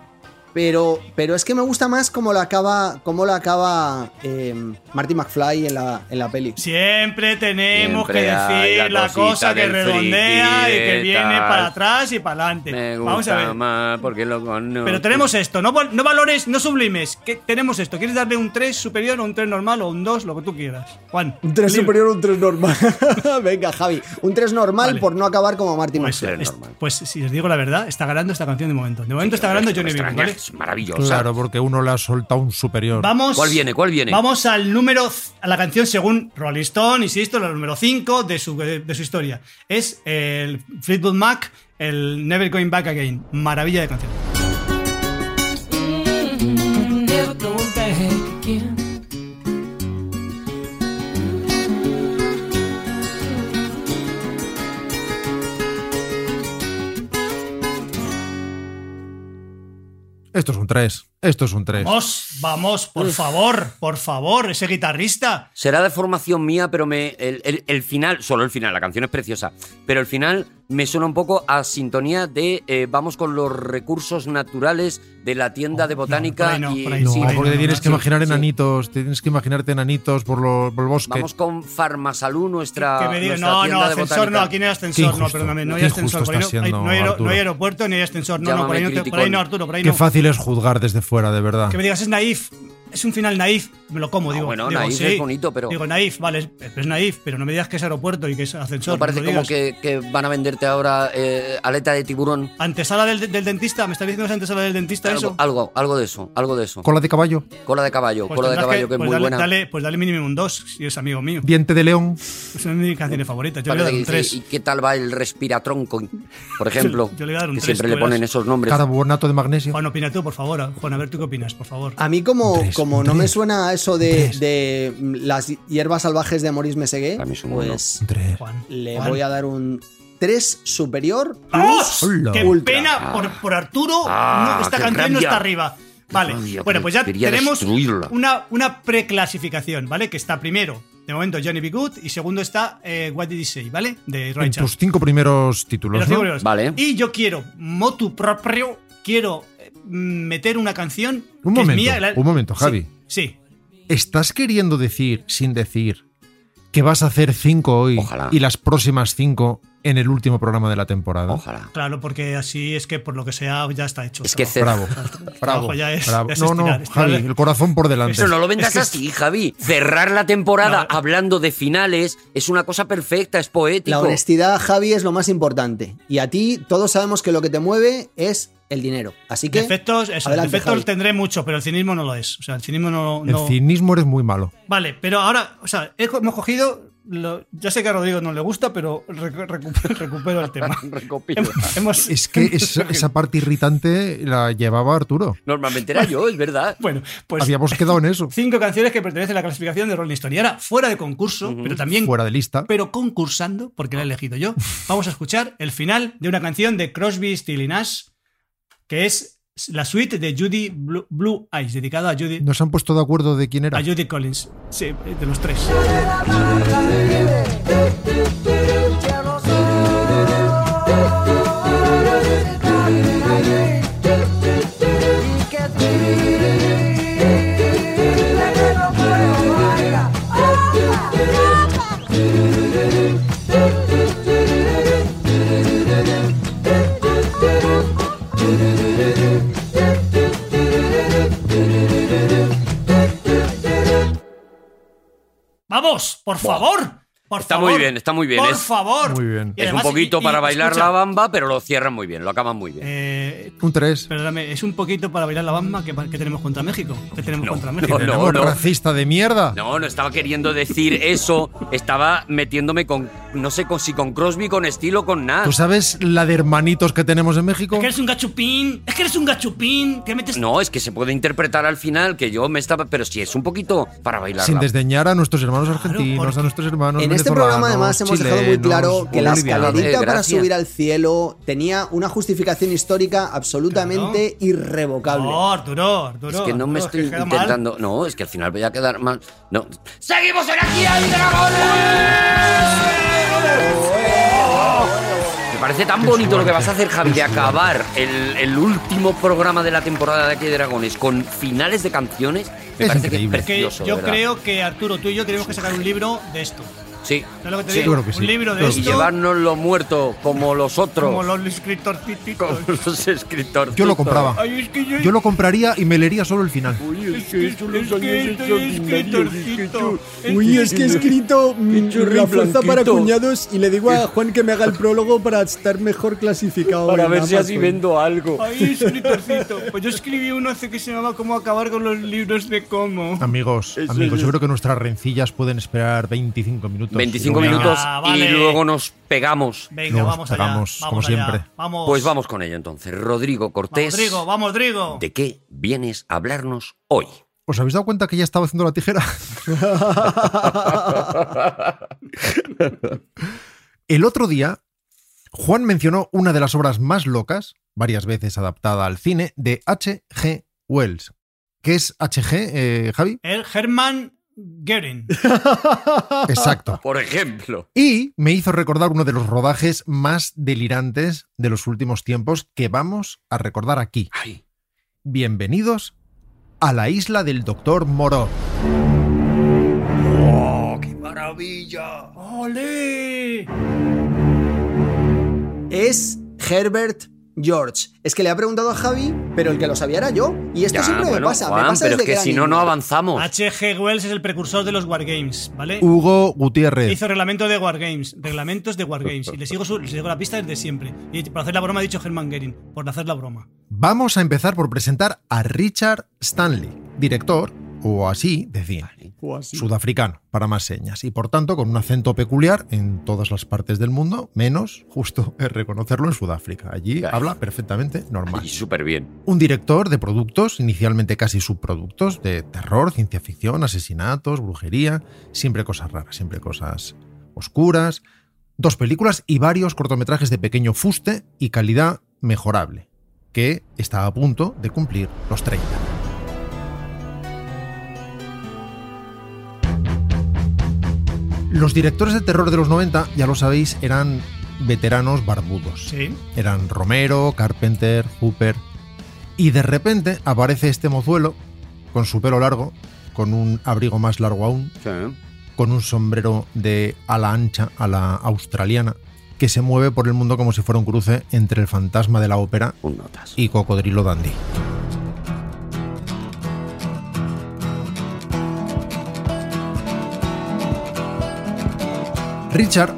D: pero, pero es que me gusta más cómo lo acaba, cómo lo acaba eh, Marty McFly en la, en la peli.
C: Siempre tenemos
E: Siempre
C: que
E: hay
C: decir
E: la
C: la, cosa
E: cosita
C: que
E: del
C: redondea y
E: friki,
C: que
E: de
C: viene
E: tal.
C: para atrás y para adelante.
E: Me
C: Vamos a
E: gusta
C: ver.
E: más porque lo conozco.
C: Pero tenemos esto, no, val- no valores, no sublimes. ¿Qué, tenemos esto. ¿Quieres darle un 3 superior o un 3 normal o un 2? Lo que tú quieras. Juan.
D: Un 3
C: libre.
D: superior, un 3 normal. Venga, Javi. Un 3 normal
C: Vale.
D: por no acabar como Marty
C: Pues,
D: McFly.
E: tres
C: es-
E: normal.
C: pues si os digo la verdad, está ganando esta canción de momento. De momento está ganando
E: No me
C: Johnny B.
E: extraña,
C: ¿vale?
E: Es maravilloso.
F: Claro, porque uno le ha soltado un superior.
C: Vamos.
E: ¿Cuál viene? ¿Cuál viene?
C: Vamos al número. c- a la canción según Rolling Stone, insisto, la número 5 de su, de, de su historia. Es el Fleetwood Mac, el Never Going Back Again. Maravilla de canción.
I: never going back again.
F: Esto es un 3. Esto es un 3.
C: Vamos, vamos, por favor, por favor, ese guitarrista.
E: Será de formación mía, pero me, el, el- el final, solo el final, la canción es preciosa, pero el final me suena un poco a sintonía de eh, vamos con los recursos naturales de la tienda de botánica
C: no, por ahí no,
E: y
C: por ahí
F: No,
C: Sí, no,
F: porque
C: no,
F: te tienes
C: no,
F: que
C: sí,
F: imaginar
E: sí.
F: enanitos, te tienes que imaginarte enanitos por, lo- por el bosque.
E: Vamos con Farmasalú, nuestra,
C: que me diga-
E: nuestra
C: no,
E: tienda
C: no,
E: de
C: ascensor no,
E: botánica.
C: aquí no hay
F: Qué
C: ascensor,
F: injusto,
C: no, perdóname, no hay
F: qué
C: ascensor,
F: injusto
C: por ahí no,
F: estás
C: hay-
F: siendo,
C: no hay aer-
F: Arturo.
C: no hay aeropuerto ni hay ascensor, no, no,
E: Llámame
C: por ahí no, te- por ahí no,
E: criticón.
C: Arturo, por ahí
F: Qué
C: no.
F: fácil es juzgar desde fuera, de verdad.
C: Que me digas, es naif. Es un final naif, me lo como,
E: Ah,
C: digo.
E: bueno,
C: digo,
E: naif
C: sí.
E: es bonito, pero-
C: Digo, naif, vale, es, pero es naif, pero no me digas que es aeropuerto y que es ascensor.
E: No parece
C: me lo
E: como
C: digas.
E: que, que van a venderte ahora eh, aleta de tiburón.
C: Antesala del, del dentista, ¿me estás diciendo que es antesala del dentista
E: Algo,
C: eso?
E: algo, algo de eso, algo de eso.
F: Cola de caballo,
E: Cola de caballo,
C: Pues
E: cola de
C: tendrás
E: caballo que, es
C: pues
E: muy
C: dale,
E: buena.
C: dale- pues dale mínimo un 2, si es amigo mío.
F: diente de león.
C: Son mis canciones favoritas. Yo le
E: Parece
C: voy a
E: que
C: dar un
E: dice,
C: 3.
E: ¿Y qué tal va el respiratronco? Por ejemplo,
C: Yo le voy a dar un
E: que
C: tres,
E: siempre
C: tú
E: le ponen
C: verás.
E: esos nombres.
F: Carbonato de magnesio.
C: Juan, opina tú, por favor. Juan, a ver tú qué opinas, por favor.
D: A mí como,
F: tres,
D: como no me suena a eso de, de las hierbas salvajes de Maurice Mesegué,
E: A mí es un mono.
D: pues
F: Tres.
C: Juan.
D: le
C: Juan.
D: voy a dar un 3 superior.
C: ¡Vamos!
F: Hola.
C: ¡Qué
D: Ultra.
C: pena por, por Arturo!
E: Ah,
C: no, esta
E: qué
C: canción no
E: rabia.
C: está arriba. Vale,
E: rabia,
C: bueno,
E: que
C: pues ya
E: quería
C: tenemos
E: destruirla.
C: una, una preclasificación, ¿vale? Que está primero, de momento, Johnny B. Good y segundo está eh, What Did He Say, ¿vale? De
F: En
C: Richard.
F: tus cinco primeros títulos, ¿no?
E: Vale.
C: Y yo quiero, motu proprio, quiero eh, meter una canción.
F: Un
C: que es
F: momento,
C: mía, la-
F: un momento,
C: Sí,
F: Javi.
C: Sí,
F: ¿Estás queriendo decir, sin decir, que vas a hacer cinco hoy
E: Ojalá.
F: y las próximas cinco en el último programa de la temporada?
E: Ojalá.
C: claro, porque así es que por lo que sea ya está hecho.
E: Es que
C: Trabajo.
E: cer-
F: Bravo, bravo,
C: Trabajo ya es-
F: bravo.
C: ya es
F: No,
C: estirar,
F: no,
C: estirar.
F: Javi, el corazón por delante.
E: Pero no lo vendas
C: Es que-
E: así, Javi. Cerrar la temporada
C: No.
E: hablando de finales es una cosa perfecta, es poético.
D: La honestidad, Javi, es lo más importante. Y a ti todos sabemos que lo que te mueve es el dinero. Así que
C: Defectos, eso,
D: Adelante,
C: defectos
D: Javi.
C: tendré mucho, pero el cinismo no lo es. O sea, el cinismo no.
F: El
C: no-
F: cinismo eres muy malo.
C: Vale, pero ahora, o sea, he co- hemos cogido. lo- ya sé que a Rodrigo no le gusta, pero recu- recu- recupero el tema.
E: Recopilo.
C: Hemos- hemos-
F: Es que esa, esa parte irritante la llevaba Arturo.
E: Normalmente era yo, es verdad.
C: Bueno, pues
F: Habíamos quedado en eso,
C: cinco canciones que pertenecen a la clasificación de Rolling Stone. Y ahora, fuera de concurso, pero también
F: fuera de lista.
C: pero concursando, porque la he elegido yo, vamos a escuchar el final de una canción de Crosby, Still y Nash, que es la suite de Judy Blue, Blue Eyes, dedicada a Judy,
F: Nos han puesto de acuerdo de quién era.
C: a Judy Collins. Sí, de los tres. ¡Vamos! ¡Por favor! Por
E: Está
C: favor,
E: muy bien, está muy bien,
C: ¡Por
E: es-
C: favor!
F: Muy bien.
C: Y
E: Es un
C: además,
E: poquito
C: y- y-
E: para bailar
C: escucha,
E: la bamba, pero lo cierran muy bien, lo acaban muy bien.
C: eh,
F: Un 3.
C: perdóname, es un poquito para bailar la bamba que, que tenemos contra México. Que tenemos
E: No,
C: contra
E: no,
C: México.
E: no.
F: racista de mierda.
E: No, no estaba queriendo decir eso. Estaba metiéndome con, no sé con, si con Crosby, con estilo, con nada.
F: ¿Tú sabes la de hermanitos que tenemos en México?
C: Es que eres un gachupín, es que eres un gachupín, que metes...
E: No, es que se puede interpretar al final que yo me estaba. Pero si es un poquito para bailar.
F: Sin
E: la-
F: desdeñar a nuestros hermanos argentinos,
C: porque
F: a nuestros hermanos
D: en este
F: venezolanos,
D: programa además hemos dejado muy
F: chilenos,
D: claro que la
F: bolivianos.
E: escalera-
D: escalerita
E: Eh,
D: para
E: gracias.
D: subir al cielo tenía una justificación histórica absolutamente irrevocable.
C: No, Arturo, Arturo.
E: Es que no me
C: Arturo,
E: estoy
C: queda mal.
E: intentando. No, es que al final voy a quedar mal. No. ¡Seguimos en aquí hay dragones! Me parece tan bonito lo que vas a hacer, Javi, de acabar el, el último programa de la temporada de Aquí hay Dragones con finales de canciones. Me
F: Es
E: parece que
F: increíble.
E: es
C: Que
E: precioso. de
C: yo
E: verdad.
C: creo que Arturo, tú y yo tenemos que sacar un libro de esto. ¿Sabes
E: Sí.
C: lo que te
E: sí.
C: digo?
F: Yo creo que sí.
C: Un libro de
F: Claro que
E: Y
C: esto.
E: llevárnoslo muerto como los otros.
C: Como los escritorcitos.
E: Como los escritores.
F: Yo lo compraba.
C: Ay, es que yo.
F: Yo lo compraría y me leería solo el final.
C: es que, es que estoy escritorcito.
D: Uy, es que he escrito mm, la fuerza para cuñados y le digo a Juan que me haga el prólogo para estar mejor clasificado. en Amazon.
E: algo.
C: Ay, escritorcito. Pues yo escribí uno hace que se llamaba Cómo acabar con los libros de cómo.
F: Amigos, amigos, yo creo que nuestras rencillas pueden esperar 25 minutos.
E: 25
F: Luego ya
E: minutos
C: Ah, vale.
E: y luego nos pegamos.
C: Venga,
F: Nos
C: vamos allá.
F: pegamos,
C: vamos
F: como
C: allá.
F: siempre.
C: Vamos.
E: Pues vamos con ello entonces. Rodrigo
C: Vamos,
E: Cortés,
C: Rodrigo, vamos, Rodrigo.
E: ¿de qué vienes a hablarnos hoy?
F: ¿Os habéis dado cuenta que ya estaba haciendo la tijera? El otro día, Juan mencionó una de las obras más locas, varias veces adaptada al cine, de H.G. Wells. ¿Qué es H.G., eh, Javi?
C: El Herman Goering.
F: Exacto.
E: Por ejemplo.
F: Y me hizo recordar uno de los rodajes más delirantes de los últimos tiempos que vamos a recordar aquí.
E: Ay,
F: Bienvenidos a la isla del Doctor Moro.
C: ¡Ole!
D: Es Herbert George. Es que le ha preguntado a Javi, pero el que lo sabía era yo. Y esto
E: ya,
D: siempre
E: bueno,
D: me pasa.
E: Juan,
D: me pasa
E: pero
D: desde
E: es que
D: era
E: si no,
D: niño.
E: no avanzamos.
C: Ah, H.G. Wells es el precursor de los Wargames, ¿vale?
E: Uh,
F: Hugo
E: eh.
F: Gutiérrez.
C: Hizo reglamento de Wargames, reglamentos de Wargames. Y le sigo, su- le sigo la pista desde siempre. Y por hacer la broma ha dicho Herman Gering, por hacer la broma.
F: Vamos a empezar por presentar a Richard Stanley, director, o así decían. Sudafricano, para más señas, y por tanto con un acento peculiar en todas las partes del mundo, menos, justo, es reconocerlo en Sudáfrica. Allí
E: Claro.
F: habla perfectamente normal.
E: Y súper bien.
F: Un director de productos, inicialmente casi subproductos, de terror, ciencia ficción, asesinatos, brujería, siempre cosas raras, siempre cosas oscuras. Dos películas y varios cortometrajes de pequeño fuste y calidad mejorable, que está a punto de cumplir los 30. Los directores de terror de los 90, ya lo sabéis, eran veteranos barbudos.
C: Sí.
F: Eran Romero, Carpenter, Hooper. Y de repente aparece este mozuelo con su pelo largo, con un abrigo más largo aún, con un sombrero de ala ancha a la australiana, que se mueve por el mundo como si fuera un cruce entre el fantasma de la ópera
E: Un notas.
F: y Cocodrilo Dandy. Richard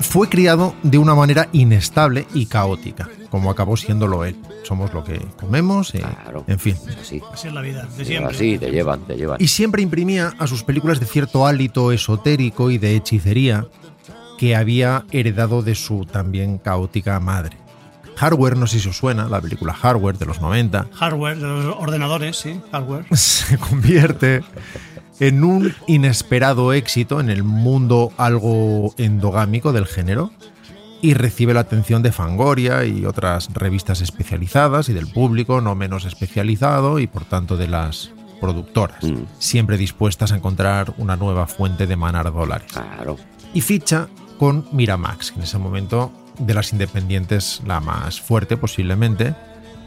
F: fue criado de una manera inestable y caótica, como acabó siéndolo él. Somos lo que comemos, eh,
E: Claro.
F: en fin.
E: Es así.
C: Así es la vida, de siempre.
E: Así, te llevan, te llevan.
F: Y siempre imprimía a sus películas de cierto hálito esotérico y de hechicería que había heredado de su también caótica madre. Hardware, no sé si os suena, la película Hardware de los 90,
C: Hardware, de los ordenadores, sí, hardware.
F: se convierte en un inesperado éxito en el mundo algo endogámico del género y recibe la atención de Fangoria y otras revistas especializadas y del público no menos especializado y por tanto de las productoras,
E: Mm.
F: siempre dispuestas a encontrar una nueva fuente de manar dólares
E: Claro.
F: y ficha con Miramax, que en ese momento de las independientes la más fuerte posiblemente,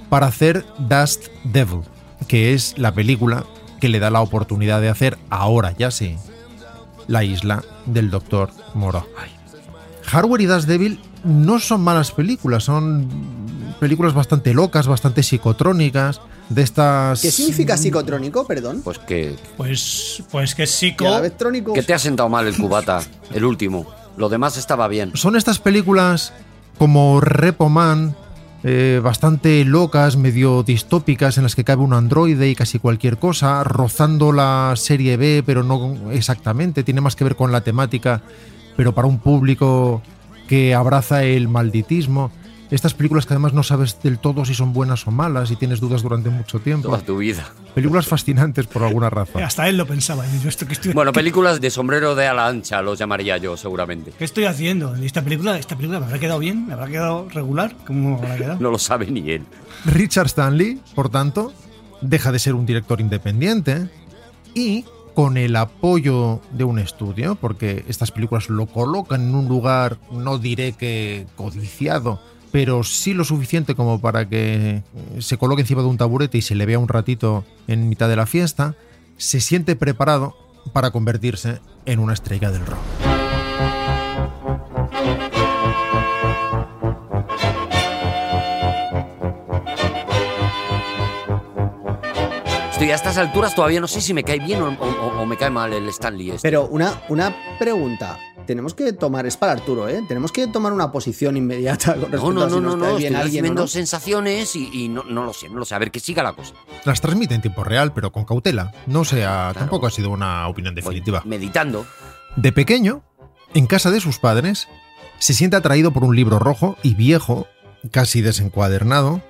F: para hacer Dust Devil, que es la película que le da la oportunidad de hacer ahora ya sí la isla del Doctor Moro. Hardware y Dust Devil no son malas películas, son películas bastante locas, bastante psicotrónicas, de estas...
D: ¿Qué significa psicotrónico, perdón?
E: Pues que,
C: Pues, pues que es
D: Que a la
C: psico.
D: vez trónico.
E: que te ha sentado mal el cubata, el último. Lo demás estaba bien.
F: Son estas películas como Repo Man, eh, bastante locas, medio distópicas, en las que cabe un androide y casi cualquier cosa, rozando la serie B, pero no exactamente, tiene más que ver con la temática, pero para un público que abraza el malditismo. Estas películas que además no sabes del todo si son buenas o malas y tienes dudas durante mucho tiempo.
E: Toda tu vida.
F: Películas fascinantes por alguna razón.
C: Hasta él lo pensaba. y yo, ¿esto qué estoy,
E: Bueno, películas de sombrero de ala ancha, los llamaría yo, seguramente.
C: qué estoy haciendo? ¿Y ¿Esta película, ¿Esta película me habrá quedado bien? ¿Me habrá quedado regular? ¿Cómo me habrá quedado?
E: No lo sabe ni él.
F: Richard Stanley, por tanto, deja de ser un director independiente y con el apoyo de un estudio, porque estas películas lo colocan en un lugar, no diré que codiciado, pero sí lo suficiente como para que eh, se coloque encima de un taburete y se le vea un ratito en mitad de la fiesta, se siente preparado para convertirse en una estrella del rock.
E: Estoy a estas alturas todavía no sé si me cae bien o, o- o me cae mal el Stanley este.
D: Pero una, una pregunta. Tenemos que tomar, es para Arturo, ¿eh? Tenemos que tomar una posición inmediata con respecto
E: no, no,
D: a si
E: no,
D: nos
E: no,
D: cae
E: no,
D: bien
E: estoy
D: alguien o
E: recibiendo
D: no.
E: sensaciones y, y no, no lo sé, no lo sé. A ver, que siga la cosa.
F: Las transmite en tiempo real, pero con cautela. No sea,
E: Claro.
F: tampoco ha sido una opinión
E: Voy
F: definitiva.
E: meditando.
F: De pequeño, en casa de sus padres, se siente atraído por un libro rojo y viejo, casi desencuadernado,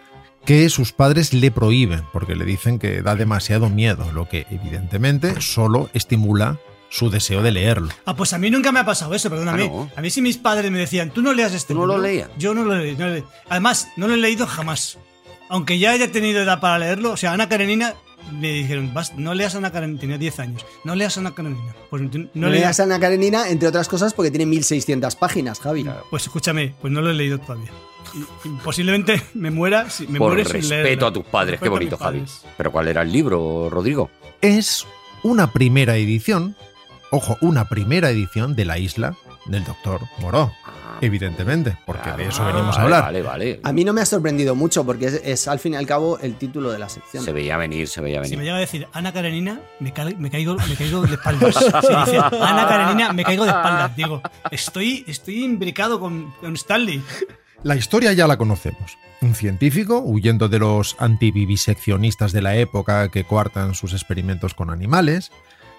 F: que sus padres le prohíben porque le dicen que da demasiado miedo, lo que evidentemente solo estimula su deseo de leerlo.
C: Ah, pues a mí nunca me ha pasado eso, perdóname.
E: Ah, no.
C: A mí si mis padres me decían, tú no leas este
E: ¿Tú no lo
C: libro",
E: leías?
C: Yo no lo leí. no lo leí. Además, no lo he leído jamás. Aunque ya haya tenido edad para leerlo. O sea, Ana Karenina me dijeron, "Vas- no leas a Ana Karenina, tenía 10 años. No leas a Ana Karenina. Pues no,
D: No
C: leía-
D: leas a Ana Karenina, entre otras cosas, porque tiene 1600 páginas, Javi.
C: Pues escúchame, pues no lo he leído todavía. Y- y posiblemente me muera, si- me
E: por
C: muere sin
E: respeto
C: leerlo.
E: a tus padres, qué
C: Respeto a
E: bonito,
C: mis
E: Javi.
C: padres.
E: Pero ¿cuál era el libro, Rodrigo?
F: Es una primera edición, ojo, una primera edición de la isla del doctor Moró,
E: Ah,
F: evidentemente, porque
E: claro.
F: de eso venimos
E: Vale,
F: a hablar.
E: Ah, Vale, vale.
D: A mí no me ha sorprendido mucho, porque es, es, al fin y al cabo el título de la sección.
E: Se veía venir, se veía
C: Si me
E: venir.
C: llega a decir Ana Karenina, me, cal- me caigo, me caigo de espaldas. Si dice, Ana Karenina, me caigo de espaldas. Digo, estoy, estoy imbricado con, con Stanley.
F: La historia ya la conocemos. Un científico, huyendo de los antiviviseccionistas de la época que coartan sus experimentos con animales,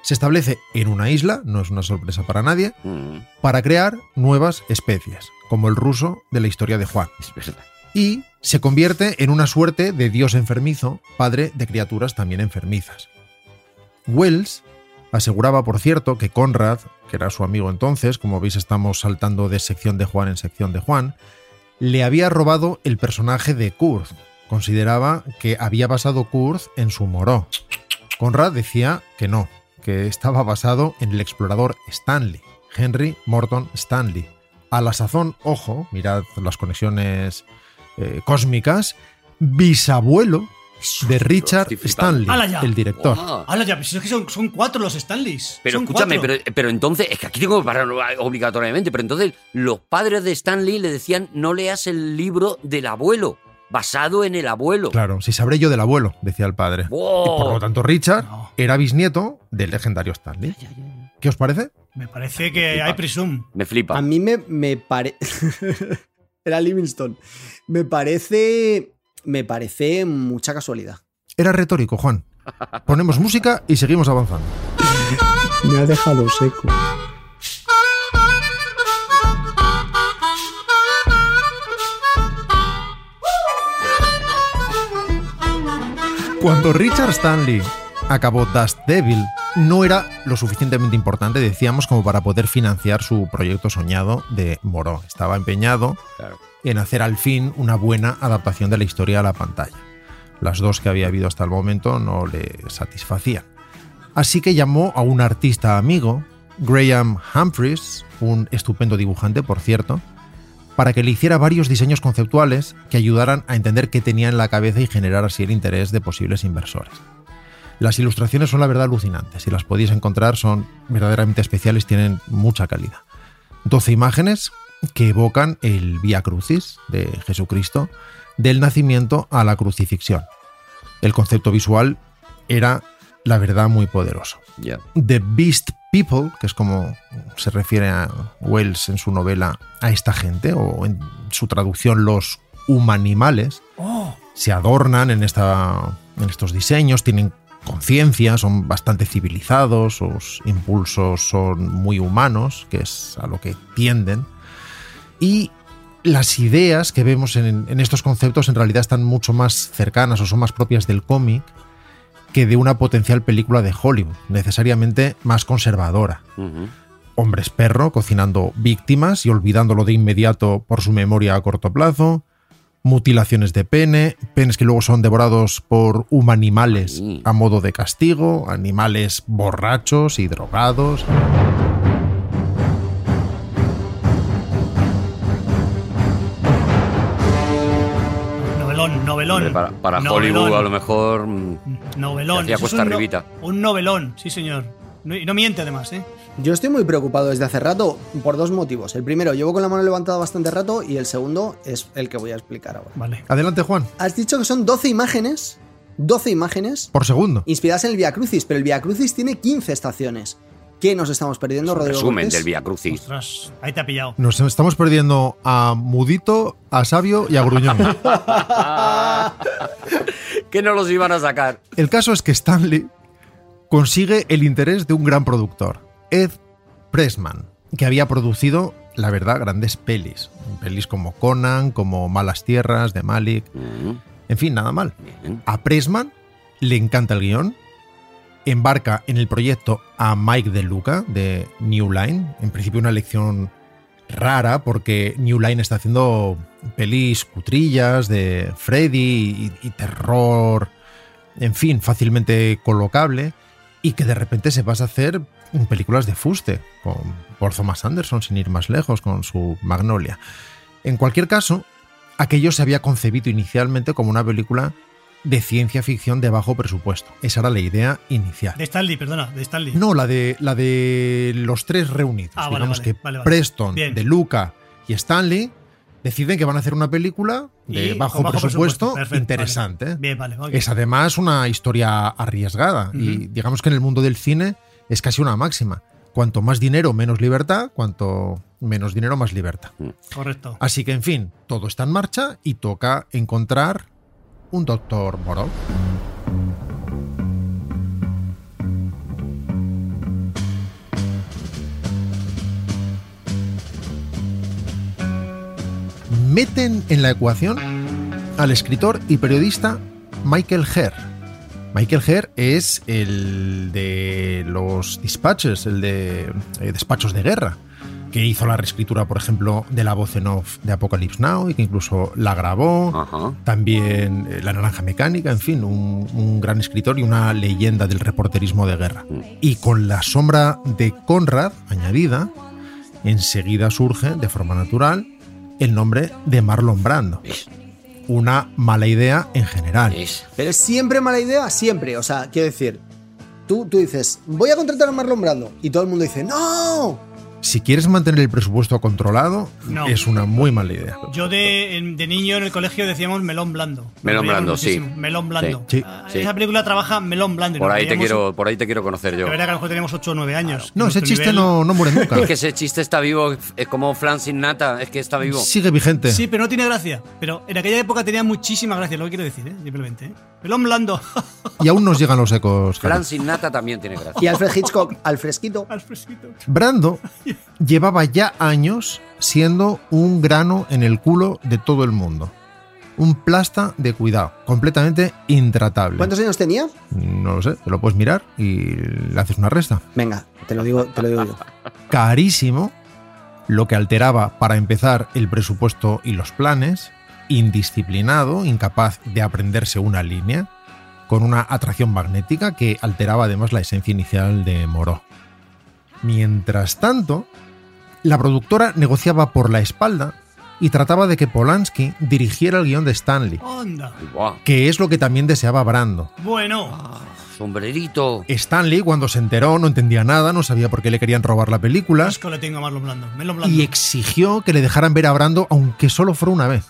F: se establece en una isla, no es una sorpresa para nadie,
E: Mm,
F: para crear nuevas especies, como el ruso de la historia de Juan,
E: es verdad.
F: y se convierte en una suerte de dios enfermizo, padre de criaturas también enfermizas. Wells aseguraba, por cierto, que Conrad, que era su amigo entonces, como veis estamos saltando de sección de Juan en sección de Juan, le había robado el personaje de Kurz. Consideraba que había basado Kurz en su moró. Conrad decía que no, que estaba basado en el explorador Stanley, Henry Morton Stanley. A la sazón, ojo, mirad las conexiones eh, cósmicas, bisabuelo de Richard
E: estoy flipando.
F: Stanley,
C: ¡Hala ya!
F: el director.
E: Ah.
C: Hala, ya, pero si es que son, son cuatro los Stanleys.
E: Pero
C: Son
E: escúchame,
C: cuatro.
E: pero, pero entonces, es que aquí tengo que parar obligatoriamente, pero entonces los padres de Stanley le decían no leas el libro del abuelo, basado en el abuelo.
F: Claro, si sabré yo del abuelo, decía el padre.
E: ¡Wow!
F: Y por lo tanto, Richard
C: No.
F: era bisnieto del legendario Stanley. ¿Qué os parece?
C: Me parece que hay Prisum.
E: Me flipa.
D: A mí me, me parece. Era Livingstone. Me parece. Me parece mucha casualidad.
F: Era retórico, Juan. Ponemos música y seguimos avanzando.
D: Me ha dejado seco.
F: Cuando Richard Stanley acabó Dust Devil, no era lo suficientemente importante, decíamos, como para poder financiar su proyecto soñado de Moró. Estaba empeñado en hacer al fin una buena adaptación de la historia a la pantalla. Las dos que había habido hasta el momento no le satisfacían. Así que llamó a un artista amigo, Graham Humphries, un estupendo dibujante, por cierto, para que le hiciera varios diseños conceptuales que ayudaran a entender qué tenía en la cabeza y generar así el interés de posibles inversores. Las ilustraciones son la verdad alucinantes, si las podéis encontrar son verdaderamente especiales, tienen mucha calidad. 12 imágenes que evocan el Via Crucis de Jesucristo, del nacimiento a la crucifixión. El concepto visual era la verdad muy poderoso.
E: Ya.
F: The Beast People, que es como se refiere a Wells en su novela a esta gente, o en su traducción los humanimales, se adornan en, esta, en estos diseños, tienen conciencia, son bastante civilizados, sus impulsos son muy humanos, que es a lo que tienden. Y las ideas que vemos en, en estos conceptos en realidad están mucho más cercanas o son más propias del cómic que de una potencial película de Hollywood, necesariamente más conservadora.
E: Ujú.
F: Hombres perro cocinando víctimas y olvidándolo de inmediato por su memoria a corto plazo, mutilaciones de pene, penes que luego son devorados por humanimales
E: Ay.
F: a modo de castigo, animales borrachos y drogados.
C: Novelón, novelón.
E: Para, para
C: Novelón.
E: Hollywood, a lo mejor. mm,
C: Novelón.
E: Hacía
C: Eso es
E: cuesta
C: un no-
E: arribita.
C: un novelón, sí, señor. No- y no miente, además, ¿eh?
D: Yo estoy muy preocupado desde hace rato por dos motivos. El primero, llevo con la mano levantada bastante rato y el segundo es el que voy a explicar ahora.
C: Vale.
F: Adelante Juan,
D: Has dicho que son 12 imágenes, 12 imágenes
F: por segundo.
D: inspiradas en el Via Crucis, pero el Via Crucis tiene 15 estaciones. ¿Qué nos estamos perdiendo, Rodrigo?
E: resumen
D: Cortés?
E: del Via Crucis.
C: Ostras, ahí te ha pillado.
F: Nos estamos perdiendo a Mudito, a Sabio y a Gruñón.
E: Que no los iban a sacar.
F: El caso es que Stanley consigue el interés de un gran productor, Ed Pressman, que había producido, la verdad, grandes pelis. Pelis como Conan, como Malas Tierras, de Malik,
E: Mm,
F: en fin, nada mal.
E: bien.
F: A Pressman le encanta el guión, embarca en el proyecto a Mike De Luca de New Line, en principio una elección rara porque New Line está haciendo pelis cutrillas de Freddy y, y terror, en fin, fácilmente colocable, y que de repente se pasa a hacer películas de fuste, con, por Thomas Anderson, sin ir más lejos, con su Magnolia. En cualquier caso, aquello se había concebido inicialmente como una película de ciencia ficción de bajo presupuesto. Esa era la idea inicial.
C: De Stanley, perdona, de Stanley.
F: No, la de, la de los tres reunidos.
C: Ah, vale,
F: Digamos
C: vale,
F: que
C: vale, vale.
F: Preston,
C: Bien.
F: De Luca y Stanley deciden que van a hacer una película de
C: Y-
F: bajo,
C: con bajo
F: presupuesto,
C: presupuesto. Perfecto,
F: interesante. ¿eh?
C: Bien, vale. ok.
F: Es además una historia arriesgada y digamos que en el mundo del cine es casi una máxima. Cuanto más dinero, menos libertad. Cuanto menos dinero, más libertad.
C: Correcto.
F: Así que, en fin, todo está en marcha y toca encontrar un doctor Moro. Meten en la ecuación al escritor y periodista Michael Herr. Michael Herr es el de los dispatches, el de eh, despachos de guerra que hizo la reescritura, por ejemplo, de la voz en off de Apocalypse Now y que incluso la grabó.
E: Ajá.
F: También eh, La Naranja Mecánica, en fin, un, un gran escritor y una leyenda del reporterismo de guerra.
E: Mm.
F: Y con la sombra de Conrad añadida, enseguida surge de forma natural el nombre de Marlon Brando. Una mala idea en general.
E: Es-
D: Pero es siempre mala idea, siempre. O sea, quiero decir, tú, tú dices, voy a contratar a Marlon Brando. Y todo el mundo dice, ¡No!
F: Si quieres mantener el presupuesto controlado,
C: No.
F: es una muy mala idea.
C: Yo de, en- de niño en el colegio decíamos melón blando. Nos
E: Melón
C: reíamos
E: blando, sí.
C: muchísimo. Melón blando.
F: Sí.
C: Ah,
E: Sí.
C: Esa película trabaja melón blando. y
E: Por
C: nos
E: ahí te
C: reíamos
E: quiero, por ahí te quiero conocer yo.
C: De verdad que a lo mejor teníamos 8 o 9 años.
F: No, ese
C: Nuestro
F: chiste
C: nivel-
F: no, no muere nunca.
E: Es que ese chiste está vivo, es como Flan sin nata, es que está vivo.
F: Sigue vigente.
C: Sí, pero no tiene gracia. Pero en aquella época tenía muchísima gracia, lo que quiero decir, ¿eh? simplemente. ¿eh? Melón blando.
F: Y aún nos llegan los ecos. Javi.
E: Flan sin nata también tiene gracia.
D: Y Alfred Hitchcock, al fresquito.
C: Al fresquito.
F: Brando llevaba ya años siendo un grano en el culo de todo el mundo. Un plasta de cuidado, completamente intratable.
D: ¿Cuántos años tenía?
F: No lo sé, te lo puedes mirar y le haces una resta.
D: Venga, te lo digo, te lo digo yo.
F: Carísimo, lo que alteraba para empezar el presupuesto y los planes, indisciplinado, incapaz de aprenderse una línea, con una atracción magnética que alteraba además la esencia inicial de Moró. Mientras tanto, la productora negociaba por la espalda y trataba de que Polanski dirigiera el guión de Stanley,
C: Onda.
E: Buah,
F: que es lo que también deseaba Brando. Ah.
C: Bueno,
E: sombrerito.
F: Stanley, cuando se enteró, no entendía nada, no sabía por qué le querían robar la película.
C: asco le tengo a Marlon blando. Melón blando.
F: y exigió que le dejaran ver a Brando, aunque solo fuera una vez.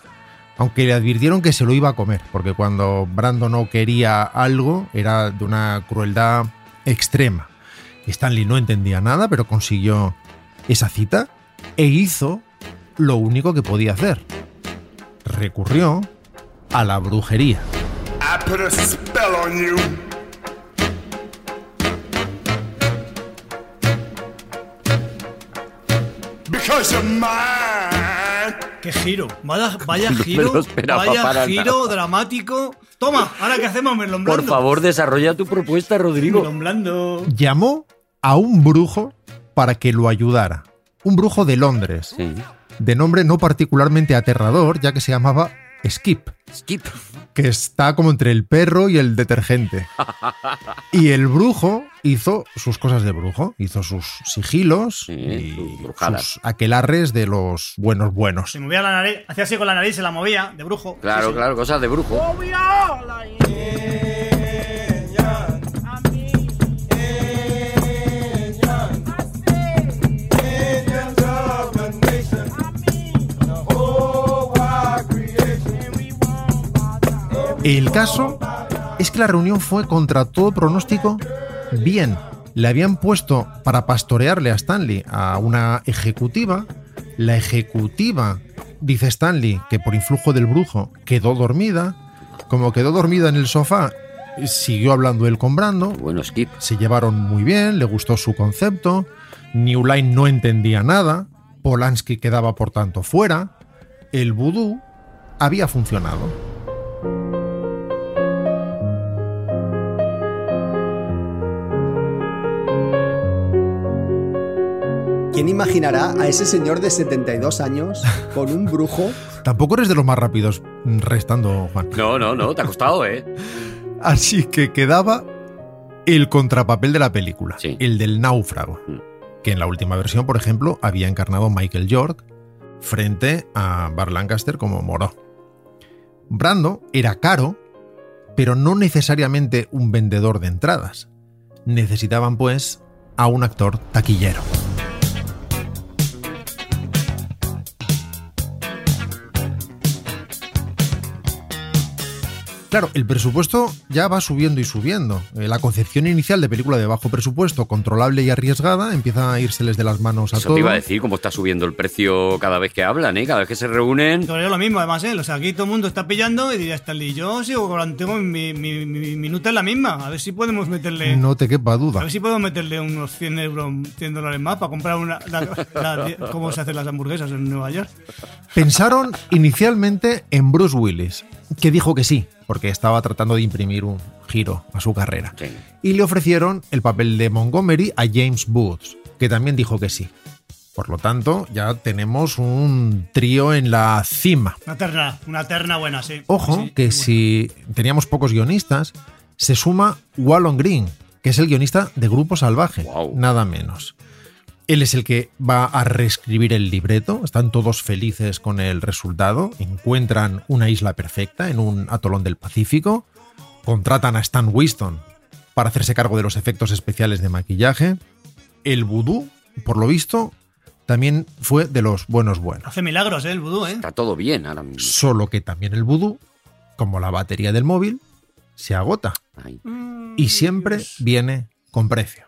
F: Aunque le advirtieron que se lo iba a comer, porque cuando Brando no quería algo era de una crueldad extrema. Stanley no entendía nada, pero consiguió esa cita e hizo lo único que podía hacer. Recurrió a la brujería.
J: I put a spell on you. Because you're mine.
C: Qué giro. Vaya, vaya
E: No me
C: giro.
E: lo esperaba
C: vaya
E: para
C: giro dramático. Toma, ahora que hacemos melón blando.
E: Por favor, desarrolla tu propuesta, Rodrigo.
C: Melón blando.
F: Llamó a un brujo para que lo ayudara. Un brujo de Londres.
E: Sí.
F: de nombre no particularmente aterrador, ya que se llamaba Skip,
E: Skip.
F: que está como entre el perro y el detergente. Y el brujo hizo sus cosas de brujo, hizo sus sigilos
E: Sí, sus
F: y
E: brujadas.
F: sus aquelarres de los buenos buenos.
C: Se movía la nariz. Hacía así con la nariz, se la movía, de brujo.
E: Claro, claro, cosas de brujo.
F: El caso es que la reunión fue contra todo pronóstico bien. Le habían puesto para pastorearle a Stanley a una ejecutiva. La ejecutiva, dice Stanley, que por influjo del brujo quedó dormida. Como quedó dormida en el sofá, siguió hablando él con Brando.
E: Bueno, Skip.
F: Se llevaron muy bien, le gustó su concepto. New Line no entendía nada. Polanski quedaba por tanto fuera. El vudú había funcionado.
D: ¿Quién imaginará a ese señor de 72 años con un brujo?
F: Tampoco eres de los más rápidos mm, restando, Juan.
E: No, no, no, te ha costado, ¿eh?
F: Así que quedaba el contrapapel de la película,
E: Sí.
F: el del náufrago,
E: Mm.
F: que en la última versión, por ejemplo, había encarnado Michael York frente a Bar Lancaster como Moró. Brando era caro, pero no necesariamente un vendedor de entradas. Necesitaban, pues, a un actor taquillero. Claro, el presupuesto ya va subiendo y subiendo. Eh, La concepción inicial de película de bajo presupuesto, controlable y arriesgada, empieza a írseles de las manos a
E: Eso te
F: todos.
E: iba a decir cómo está subiendo el precio cada vez que hablan, ¿eh? Cada vez que se reúnen.
C: Pero es lo mismo, además, ¿eh? O sea, aquí todo el mundo está pillando y diría Stanley, yo sigo cobrando, tengo mi, mi, mi- mi minuta es la misma, a ver si podemos meterle...
F: No te quepa duda.
C: A ver si podemos meterle unos 100 euros, 100 dólares más para comprar una... la- la- ¿Cómo se hacen las hamburguesas en Nueva York?
F: Pensaron inicialmente en Bruce Willis, que dijo que sí, porque estaba tratando de imprimir un giro a su carrera.
E: Sí.
F: Y le ofrecieron el papel de Montgomery a James Woods, que también dijo que sí. Por lo tanto, ya tenemos un trío en la cima.
C: Una terna, una terna buena, sí.
F: Ojo,
C: Sí,
F: que
C: muy
F: si teníamos pocos guionistas, se suma Wallon Green, que es el guionista de Grupo Salvaje,
E: Guau.
F: nada menos. Él es el que va a reescribir el libreto, están todos felices con el resultado, encuentran una isla perfecta en un atolón del Pacífico, contratan a Stan Winston para hacerse cargo de los efectos especiales de maquillaje. El vudú, por lo visto, también fue de los buenos buenos.
C: bueno. Hace milagros, ¿eh? El vudú, ¿eh?
E: Está todo bien ahora mismo.
F: Solo que también el vudú, como la batería del móvil, se agota
E: Ay.
F: y siempre viene con precio.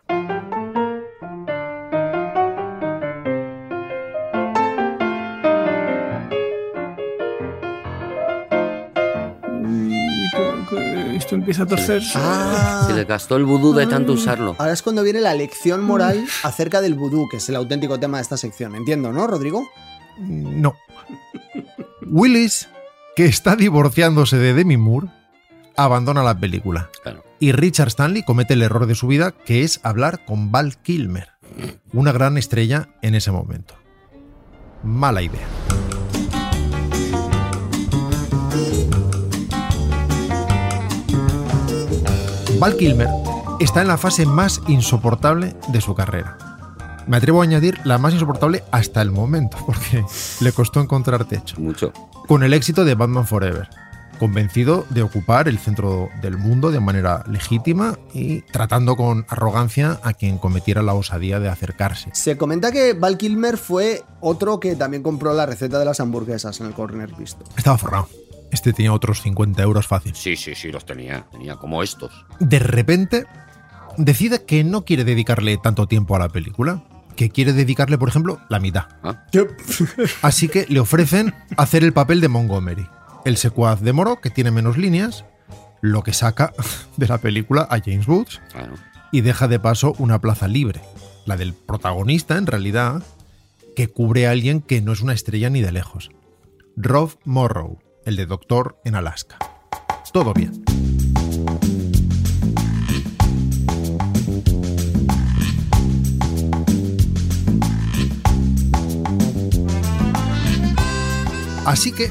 H: Esto empieza a torcer.
D: Ah,
E: Se le gastó el vudú de tanto usarlo.
D: ahora es cuando viene la lección moral acerca del vudú, que es el auténtico tema de esta sección. Entiendo, ¿no, Rodrigo?
F: No. Willis, que está divorciándose de Demi Moore, abandona la película.
E: Claro.
F: Y Richard Stanley comete el error de su vida, que es hablar con Val Kilmer, una gran estrella en ese momento. Mala idea. Val Kilmer está en la fase más insoportable de su carrera. Me atrevo a añadir la más insoportable hasta el momento, porque le costó encontrar techo
E: Mucho.
F: con el éxito de Batman Forever, convencido de ocupar el centro del mundo de manera legítima y tratando con arrogancia a quien cometiera la osadía de acercarse.
D: Se comenta que Val Kilmer fue otro que también compró la receta de las hamburguesas en el corner visto.
F: Estaba forrado. Este tenía otros 50 euros fáciles.
E: Sí, sí, sí, los tenía. Tenía como estos.
F: De repente, decide que no quiere dedicarle tanto tiempo a la película, que quiere dedicarle, por ejemplo, la mitad. Así que le ofrecen hacer el papel de Montgomery, el secuaz de Moro, que tiene menos líneas, lo que saca de la película a James Woods,
E: Claro.
F: y deja de paso una plaza libre, la del protagonista en realidad, que cubre a alguien que no es una estrella ni de lejos. Rob Morrow, el de Doctor en Alaska. Todo bien. Así que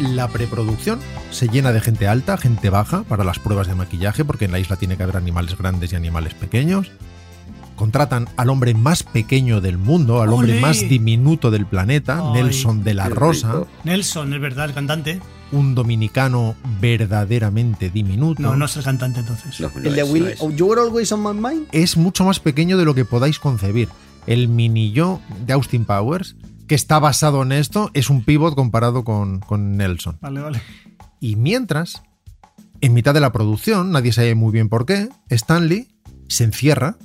F: la preproducción se llena de gente alta, gente baja para las pruebas de maquillaje, porque en la isla tiene que haber animales grandes y animales pequeños. Contratan al hombre más pequeño del mundo, al hombre
C: ¡Ole!
F: más diminuto del planeta,
C: Ay,
F: Nelson de la
E: qué
F: Rosa,
E: rico.
C: Nelson, es verdad, el cantante.
F: un dominicano verdaderamente diminuto.
C: No, no es el cantante entonces.
E: No, no
D: el de
E: es, no
D: Will,
E: es.
D: oh, You Were Always on My Mind.
F: Es mucho más pequeño de lo que podáis concebir. El mini yo de Austin Powers, que está basado en esto, es un pivot comparado con, con Nelson.
C: Vale, vale.
F: Y mientras, en mitad de la producción, nadie sabe muy bien por qué, Stanley se encierra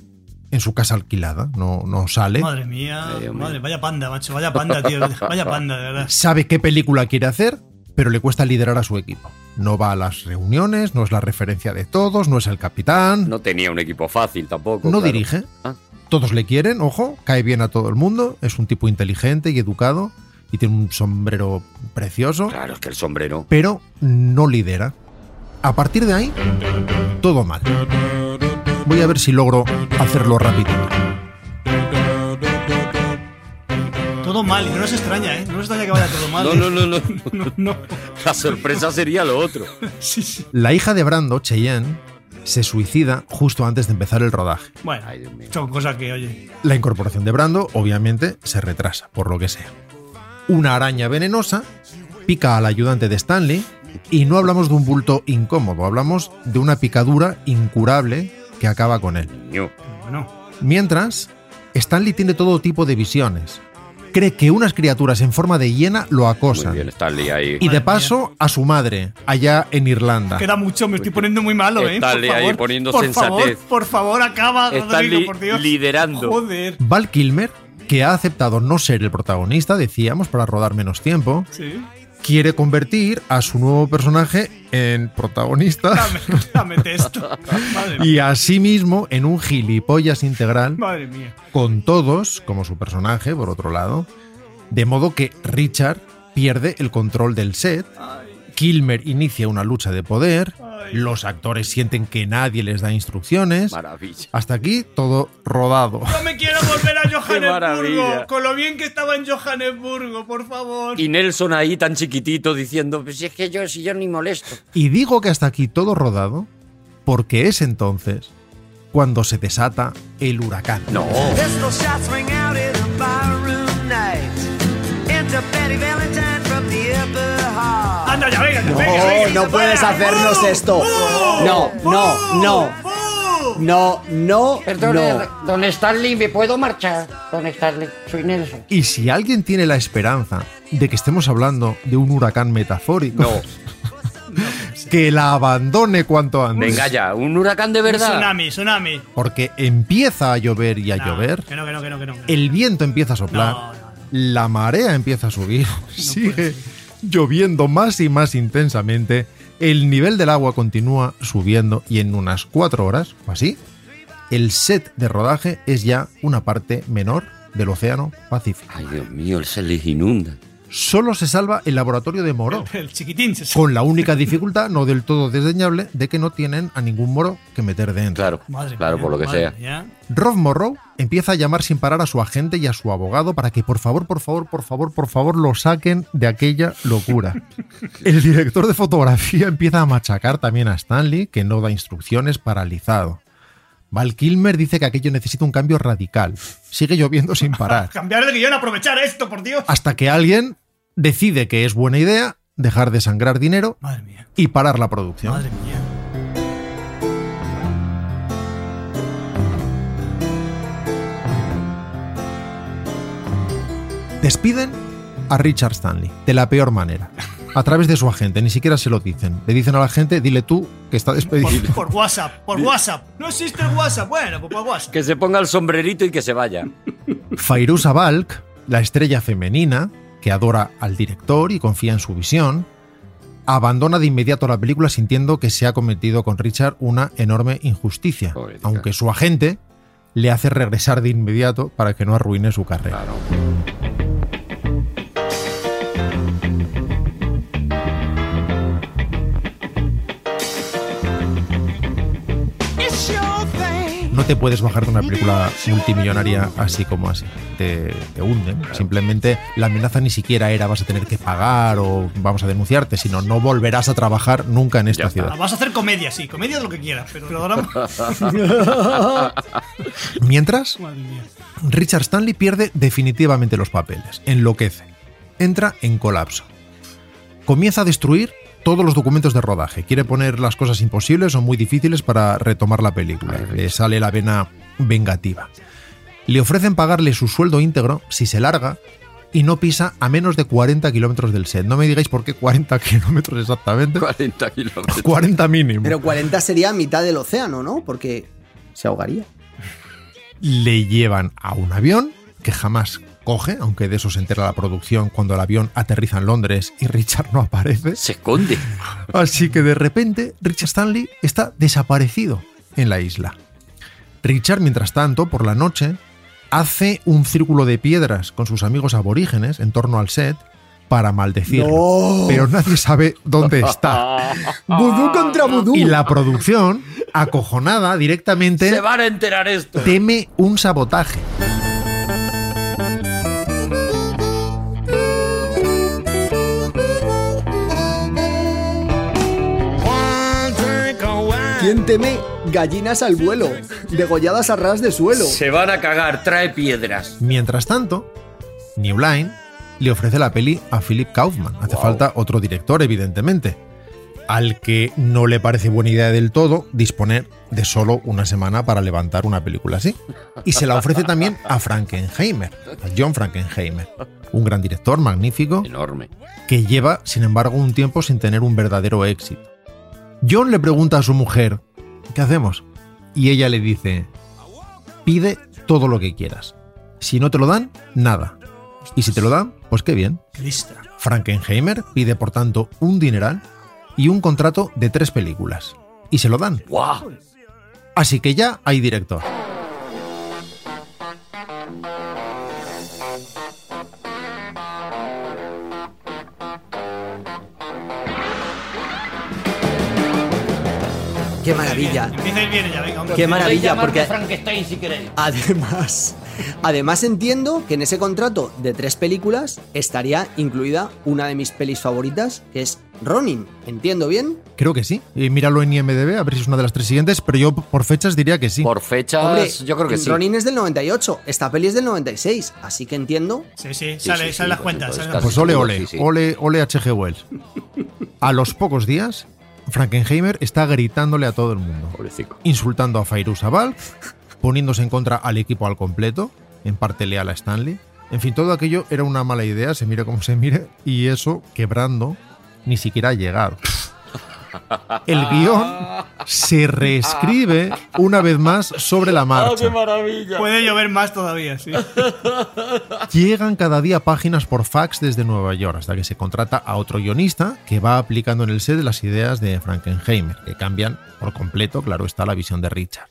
F: en su casa alquilada, no, no sale,
C: Madre mía,
E: Ay, Dios mío.
C: madre, vaya panda, macho, vaya panda, tío, vaya panda, de verdad.
F: sabe qué película quiere hacer, pero le cuesta liderar a su equipo. No va a las reuniones, no es la referencia de todos, no es el capitán,
E: No tenía un equipo fácil tampoco.
F: no
E: claro.
F: dirige.
E: Ah.
F: Todos le quieren, ojo, cae bien a todo el mundo, es un tipo inteligente y educado y tiene un sombrero precioso.
E: Claro, es que el sombrero.
F: pero no lidera. A partir de ahí, todo mal. Voy a ver si logro hacerlo rápido.
C: Todo mal, y no nos extraña, ¿eh? No nos extraña que vaya todo mal.
E: No,
C: ¿eh?
E: no, no, no.
C: no, no.
E: La sorpresa sería lo otro.
C: Sí, sí.
F: La hija de Brando, Cheyenne, se suicida justo antes de empezar el rodaje.
C: Bueno,
E: Ay, Dios mío.
C: son cosas que, oye.
F: La incorporación de Brando, obviamente, se retrasa, por lo que sea. Una araña venenosa pica al ayudante de Stanley y no hablamos de un bulto incómodo, hablamos de una picadura incurable que acaba con él.
E: Niño.
C: Bueno,
F: Mientras, Stanley tiene todo tipo de visiones. cree que unas criaturas en forma de hiena lo
E: Muy
F: acosan.
E: bien, Stanley ahí.
F: Y de paso a su madre, allá en
E: Ah.
F: Irlanda.
C: Queda mucho, me estoy poniendo muy malo, ¿eh? Por
E: Stanley Pues ahí
C: favor,
E: poniendo
C: por
E: sensatez.
C: Favor, por favor, acaba, Rodrigo,
E: Stanley
C: por Dios.
E: liderando.
C: Joder.
F: Val Kilmer, que ha aceptado no ser el protagonista, decíamos, para rodar menos tiempo,
C: Sí.
F: quiere convertir a su nuevo personaje en protagonista
C: Dame, dame texto. Madre mía.
F: y a sí mismo en un gilipollas integral
C: Madre mía.
F: con todos como su personaje, por otro lado, de modo que Richard pierde el control del set, Kilmer inicia una lucha de poder, los actores sienten que nadie les da instrucciones.
E: Maravilla.
F: Hasta aquí todo rodado.
C: No me quiero volver a Johannesburgo.
E: maravilla.
C: Con lo bien que estaba en Johannesburgo, por favor.
E: Y Nelson ahí tan chiquitito diciendo, pues si es que yo, si yo ni molesto.
F: Y digo que hasta aquí todo rodado porque es entonces cuando se desata el huracán.
E: No.
B: Pistol shots ring out in a barroom night. Enter Betty Valentine from the upper hall.
C: Anda ya, venga, ya, venga, venga,
D: No, no
C: fuera.
D: puedes hacernos
C: ¡Uh!
D: esto. No, no,
C: ¡Oh!
D: no. No, no,
E: eh,
D: no.
I: don Stanley, ¿me puedo marchar? Don Stanley, soy Nelson.
F: Y si alguien tiene la esperanza de que estemos hablando de un huracán metafórico,
E: No.
F: que la abandone cuanto antes.
E: Venga ya, un huracán de
C: Un
E: verdad.
C: Tsunami, tsunami.
F: Porque empieza a llover y a
C: No,
F: llover,
C: Que no, que no, que no, que no.
F: el viento empieza a soplar,
C: No, no, no.
F: la marea empieza a subir, sigue lloviendo más y más intensamente, el nivel del agua continúa subiendo y en unas cuatro horas o así, el set de rodaje es ya una parte menor del Océano Pacífico.
E: Ay, Dios mío, él se les inunda.
F: Solo se salva el laboratorio de Moro.
C: El chiquitín se
F: Con la única dificultad, no del todo desdeñable, de que no tienen a ningún moro que meter dentro.
E: Claro,
C: Madre
E: claro,
C: mía,
E: por lo que
C: madre
E: sea.
C: mía.
F: Rob Morrow empieza a llamar sin parar a su agente y a su abogado para que por favor, por favor, por favor, por favor lo saquen de aquella locura. El director de fotografía empieza a machacar también a Stanley, que no da instrucciones, paralizado. Val Kilmer dice que aquello necesita un cambio radical. Sigue lloviendo sin parar.
C: Cambiar de guión, aprovechar esto, por Dios.
F: Hasta que alguien decide que es buena idea dejar de sangrar dinero
C: Madre mía,
F: y parar la producción.
C: madre mía.
F: Despiden a Richard Stanley de la peor manera. A través de su agente, ni siquiera se lo dicen. Le dicen a la gente, dile tú que está despedido.
C: Por, por WhatsApp, por WhatsApp. No existe el WhatsApp. Bueno, pues por WhatsApp.
E: Que se ponga el sombrerito y que se vaya.
F: Fairuza Balk, la estrella femenina, que adora al director y confía en su visión, abandona de inmediato la película sintiendo que se ha cometido con Richard una enorme injusticia,
E: Pobrecita.
F: aunque su agente le hace regresar de inmediato para que no arruine su carrera.
E: Claro.
F: No te puedes bajar de una película multimillonaria así como así. Te, te hunden. Simplemente la amenaza ni siquiera era vas a tener que pagar o vamos a denunciarte, sino no volverás a trabajar nunca en esta
E: Ya está.
F: ciudad.
C: Ah, Vas a hacer comedia, sí, comedia de lo que quieras, pero pero ahora.
F: Mientras,
C: Madre mía.
F: Richard Stanley pierde definitivamente los papeles, enloquece, entra en colapso. Comienza a destruir todos los documentos de rodaje, quiere poner las cosas imposibles o muy difíciles para retomar la película, le sale la vena vengativa. Le ofrecen pagarle su sueldo íntegro si se larga y no pisa a menos de 40 kilómetros del set. No me digáis por qué 40 kilómetros exactamente.
E: 40 kilómetros.
F: 40 mínimo.
D: Pero 40 sería mitad del océano, ¿no? Porque se ahogaría.
F: le llevan a un avión que jamás coge, aunque de eso se entera la producción cuando el avión aterriza en Londres y Richard no aparece.
E: Se esconde.
F: Así que de repente Richard Stanley está desaparecido en la isla. Richard, mientras tanto, por la noche, hace un círculo de piedras con sus amigos aborígenes en torno al set para maldecirlo. Pero nadie sabe dónde está.
D: Vudú contra vudú.
F: Y la producción, acojonada directamente,
E: Se van a enterar esto.
F: teme un sabotaje.
D: ¿Quién teme gallinas al vuelo? Degolladas a ras de suelo.
E: Se van a cagar, trae piedras.
F: Mientras tanto, New Line le ofrece la peli a Philip Kaufman. Hace falta otro director, evidentemente. al que no le parece buena idea del todo disponer de solo una semana para levantar una película así. Y se la ofrece también a Frankenheimer, a John Frankenheimer, un gran director magnífico
E: Enorme.
F: que lleva, sin embargo, un tiempo sin tener un verdadero éxito. John le pregunta a su mujer, ¿qué hacemos? Y ella le dice, pide todo lo que quieras. Si no te lo dan, nada. Y si te lo dan, pues qué bien.
C: Qué lista.
F: Frankenheimer pide, por tanto, un dineral y un contrato de tres películas. Y se lo dan.
E: ¡Guau!
F: Así que ya hay director.
D: Qué maravilla.
C: Empieza a ir bien ella, venga, hombre.
D: Qué maravilla,
I: Podéis llamarme
D: porque
I: Frankenstein si queréis.
D: además, además entiendo que en ese contrato de tres películas estaría incluida una de mis pelis favoritas, que es Ronin. ¿Entiendo bien?
F: Creo que sí. Y míralo en IMDB, a ver si es una de las tres siguientes, pero yo por fechas diría que sí.
E: Por fechas,
D: Hombre,
E: yo creo que Ah, sí.
D: Ronin es del 98, esta peli es del 96, así que entiendo.
C: Sí, sí,
E: Sí,
C: sale,
E: sí,
C: salen
E: sí,
C: las
E: por
C: cuentas.
E: supuesto,
C: salen
E: casi.
C: las
F: Pues ole,
E: seguro,
F: ole,
E: sí, sí.
F: ole, ole HG Wells. A los pocos días, Frankenheimer está gritándole a todo el mundo,
E: Pobrecito.
F: insultando a Fairuz Aval, poniéndose en contra al equipo al completo, en parte leal a Stanley. En fin, todo aquello era una mala idea, se mire como se mire, y eso, quebrando, ni siquiera ha llegado. El guión se reescribe una vez más sobre la marcha.
C: cuentas. Puede llover más todavía, sí.
F: Llegan cada día páginas por fax desde Nueva York, hasta que se contrata a otro guionista que va aplicando en el set las ideas de Frankenheimer, que cambian por completo, claro está, la visión de Richard.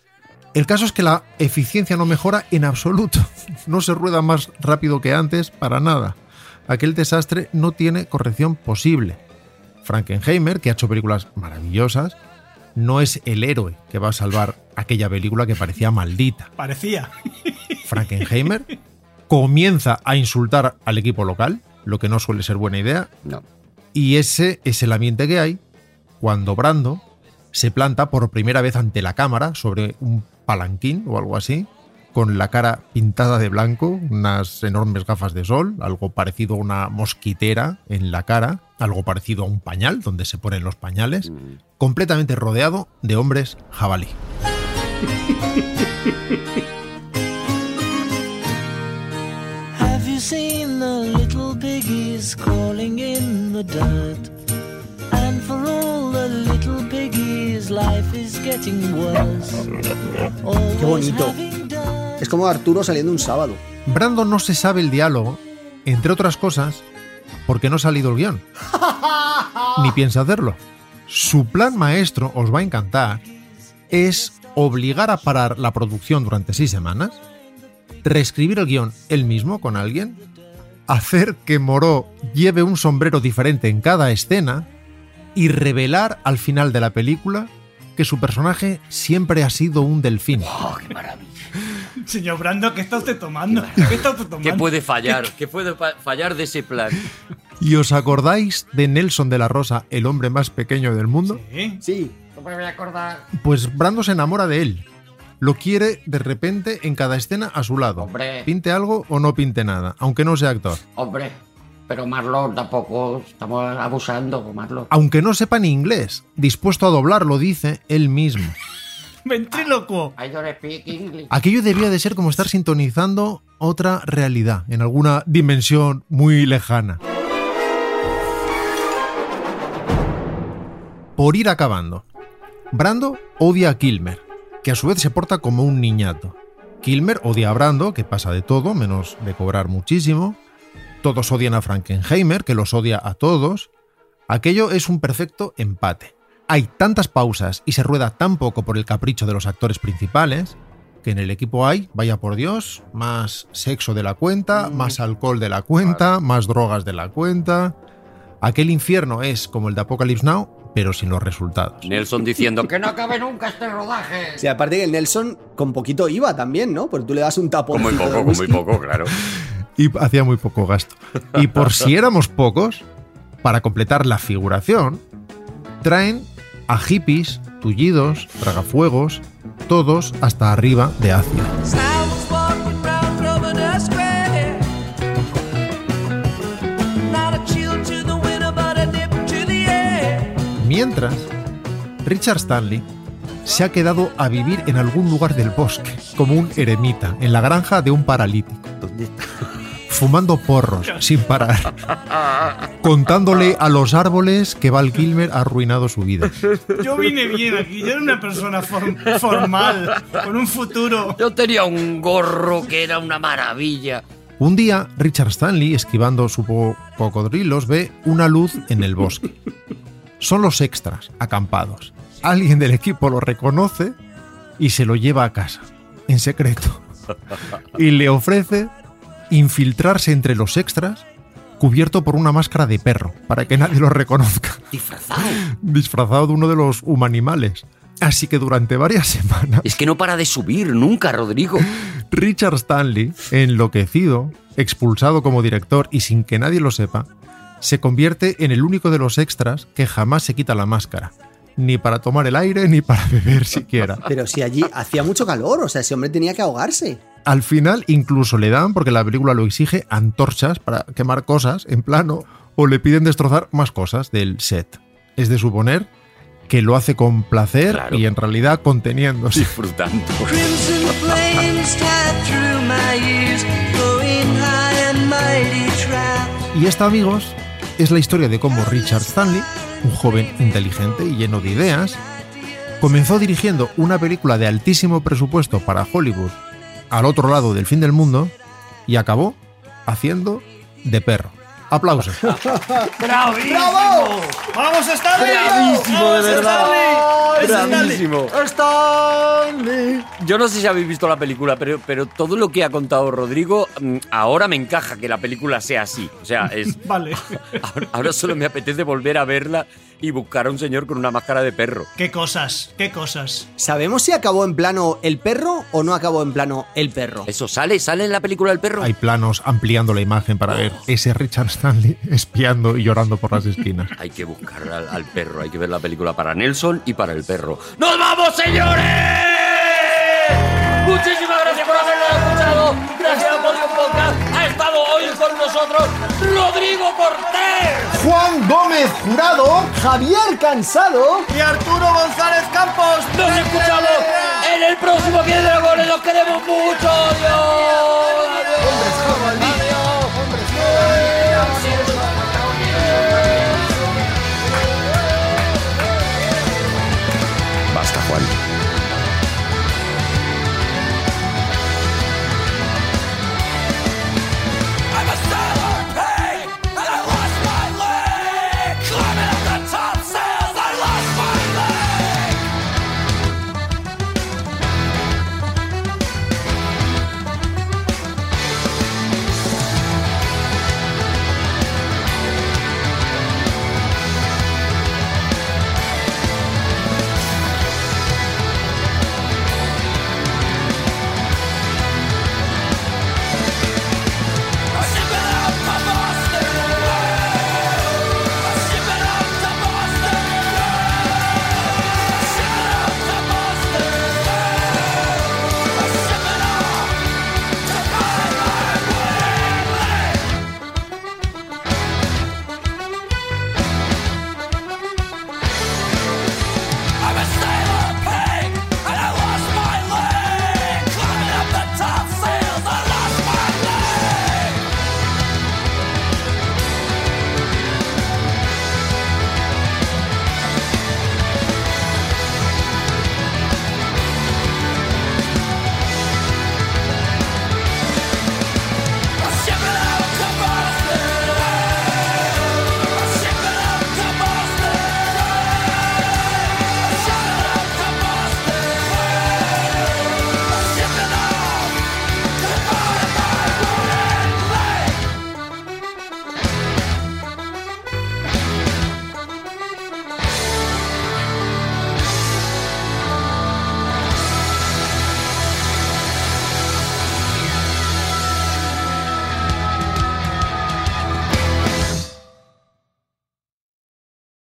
F: El caso es que la eficiencia no mejora en absoluto. No se rueda más rápido que antes para nada. Aquel desastre no tiene corrección posible. Frankenheimer, que ha hecho películas maravillosas, no es el héroe que va a salvar aquella película que parecía maldita.
C: Parecía.
F: Frankenheimer comienza a insultar al equipo local, lo que no suele ser buena idea,
E: No.
F: y ese es el ambiente que hay cuando Brando se planta por primera vez ante la cámara sobre un palanquín o algo así, con la cara pintada de blanco, unas enormes gafas de sol, algo parecido a una mosquitera en la cara, algo parecido a un pañal donde se ponen los pañales, completamente rodeado de hombres jabalí.
B: Have you seen the little piggies crawling in the dirt? And for all the little piggies, life is getting worse.
D: Qué bonito. Es como Arturo saliendo un sábado.
F: Brando no se sabe el diálogo, entre otras cosas, porque no ha salido el guión. Ni piensa hacerlo. Su plan maestro, os va a encantar, es obligar a parar la producción durante seis semanas, reescribir el guión él mismo con alguien, hacer que Moró lleve un sombrero diferente en cada escena y revelar al final de la película que su personaje siempre ha sido un delfín.
C: Señor Brando, ¿qué está usted tomando? ¿Qué está usted tomando?
E: ¿Qué puede fallar? ¿Qué puede fa- fallar de ese plan?
F: ¿Y os acordáis de Nelson de la Rosa, el hombre más pequeño del mundo?
C: Sí.
D: Sí,
I: No me voy a acordar.
F: Pues Brando se enamora de él. Lo quiere de repente en cada escena a su lado.
I: Hombre.
F: Pinte algo o no pinte nada, aunque no sea actor.
I: Hombre, pero Marlon tampoco estamos abusando, Marlon.
F: Aunque no sepa ni inglés, dispuesto a doblarlo, dice él mismo.
C: Ventrílocuo.
I: I don't speak English.
F: Aquello debía de ser como estar sintonizando otra realidad, en alguna dimensión muy lejana. Por ir acabando, Brando odia a Kilmer, que a su vez se porta como un niñato. Kilmer odia a Brando, que pasa de todo, menos de cobrar muchísimo. Todos odian a Frankenheimer, que los odia a todos. Aquello es un perfecto empate. Hay tantas pausas y se rueda tan poco por el capricho de los actores principales que en el equipo hay, vaya por Dios, más sexo de la cuenta, más alcohol de la cuenta, más drogas de la cuenta. Aquel infierno es como el de Apocalypse Now, pero sin los resultados.
E: Nelson diciendo que
I: Que no acabe nunca este rodaje.
D: Sí, aparte que el Nelson con poquito iba también, ¿no? Porque tú le das un tapón.
E: con muy poco, con muy poco, claro.
F: y hacía muy poco gasto. Y por si éramos pocos, para completar la figuración, traen a hippies, tullidos, tragafuegos, todos hasta arriba de ácido.
B: I was walking round Grosvenor Square. Not a chill to the winter, but a nip to the air.
F: Mientras, Richard Stanley se ha quedado a vivir en algún lugar del bosque, como un eremita, en la granja de un paralítico, fumando porros sin parar, contándole a los árboles que Val Kilmer ha arruinado su vida.
C: Yo vine bien aquí, yo era una persona form- formal, con un futuro.
E: Yo tenía un gorro que era una maravilla.
F: Un día, Richard Stanley, esquivando su po- cocodrilos, ve una luz en el bosque. Son los extras, acampados. Alguien del equipo lo reconoce y se lo lleva a casa, en secreto. Y le ofrece infiltrarse entre los extras cubierto por una máscara de perro, para que nadie lo reconozca
E: Disfrazado.
F: disfrazado de uno de los humanimales. Así que durante varias semanas,
E: Es que no para de subir nunca, Rodrigo.
F: Richard Stanley, enloquecido, expulsado como director y sin que nadie lo sepa, se convierte en el único de los extras que jamás se quita la máscara, ni para tomar el aire ni para beber siquiera.
D: Pero si allí hacía mucho calor, o sea, ese hombre tenía que ahogarse.
F: Al final incluso le dan, porque la película lo exige, antorchas para quemar cosas en plano o le piden destrozar más cosas del set. Es de suponer que lo hace con placer
E: Claro.
F: y en realidad conteniéndose.
E: Disfrutando.
B: Crimson flames tap through my ears, blowing high and mighty traps.
F: Y esta, amigos, es la historia de cómo Richard Stanley, un joven inteligente y lleno de ideas, comenzó dirigiendo una película de altísimo presupuesto para Hollywood al otro lado del fin del mundo y acabó haciendo de perro. Aplausos.
H: ¡Bravísimo!
D: ¡Bravo!
C: ¡Vamos, Stanley! ¡Vamos, Stanley! ¡Es Stanley!
E: Yo no sé si habéis visto la película, pero, pero todo lo que ha contado Rodrigo, mm, ahora me encaja que la película sea así. O sea, es,
C: Vale.
E: ahora, ahora solo me apetece volver a verla y buscar a un señor con una máscara de perro.
C: Qué cosas, qué cosas.
D: ¿Sabemos si acabó en plano el perro o no acabó en plano el perro?
E: Eso sale, sale en la película del perro.
F: Hay planos ampliando la imagen para ver ese Richard Stanley espiando y llorando por las esquinas.
E: Hay que buscar al, al perro, hay que ver la película para Nelson y para el perro. ¡Nos vamos, señores! Muchísimas gracias por habernos escuchado. Gracias a Podium Podcast. Ha estado hoy con nosotros Rodrigo Cortés.
D: Juan Gómez Jurado, Javier Cansado.
C: Y Arturo González Campos.
E: Nos escuchamos en el próximo Piedra Goles. Los queremos mucho. Adiós.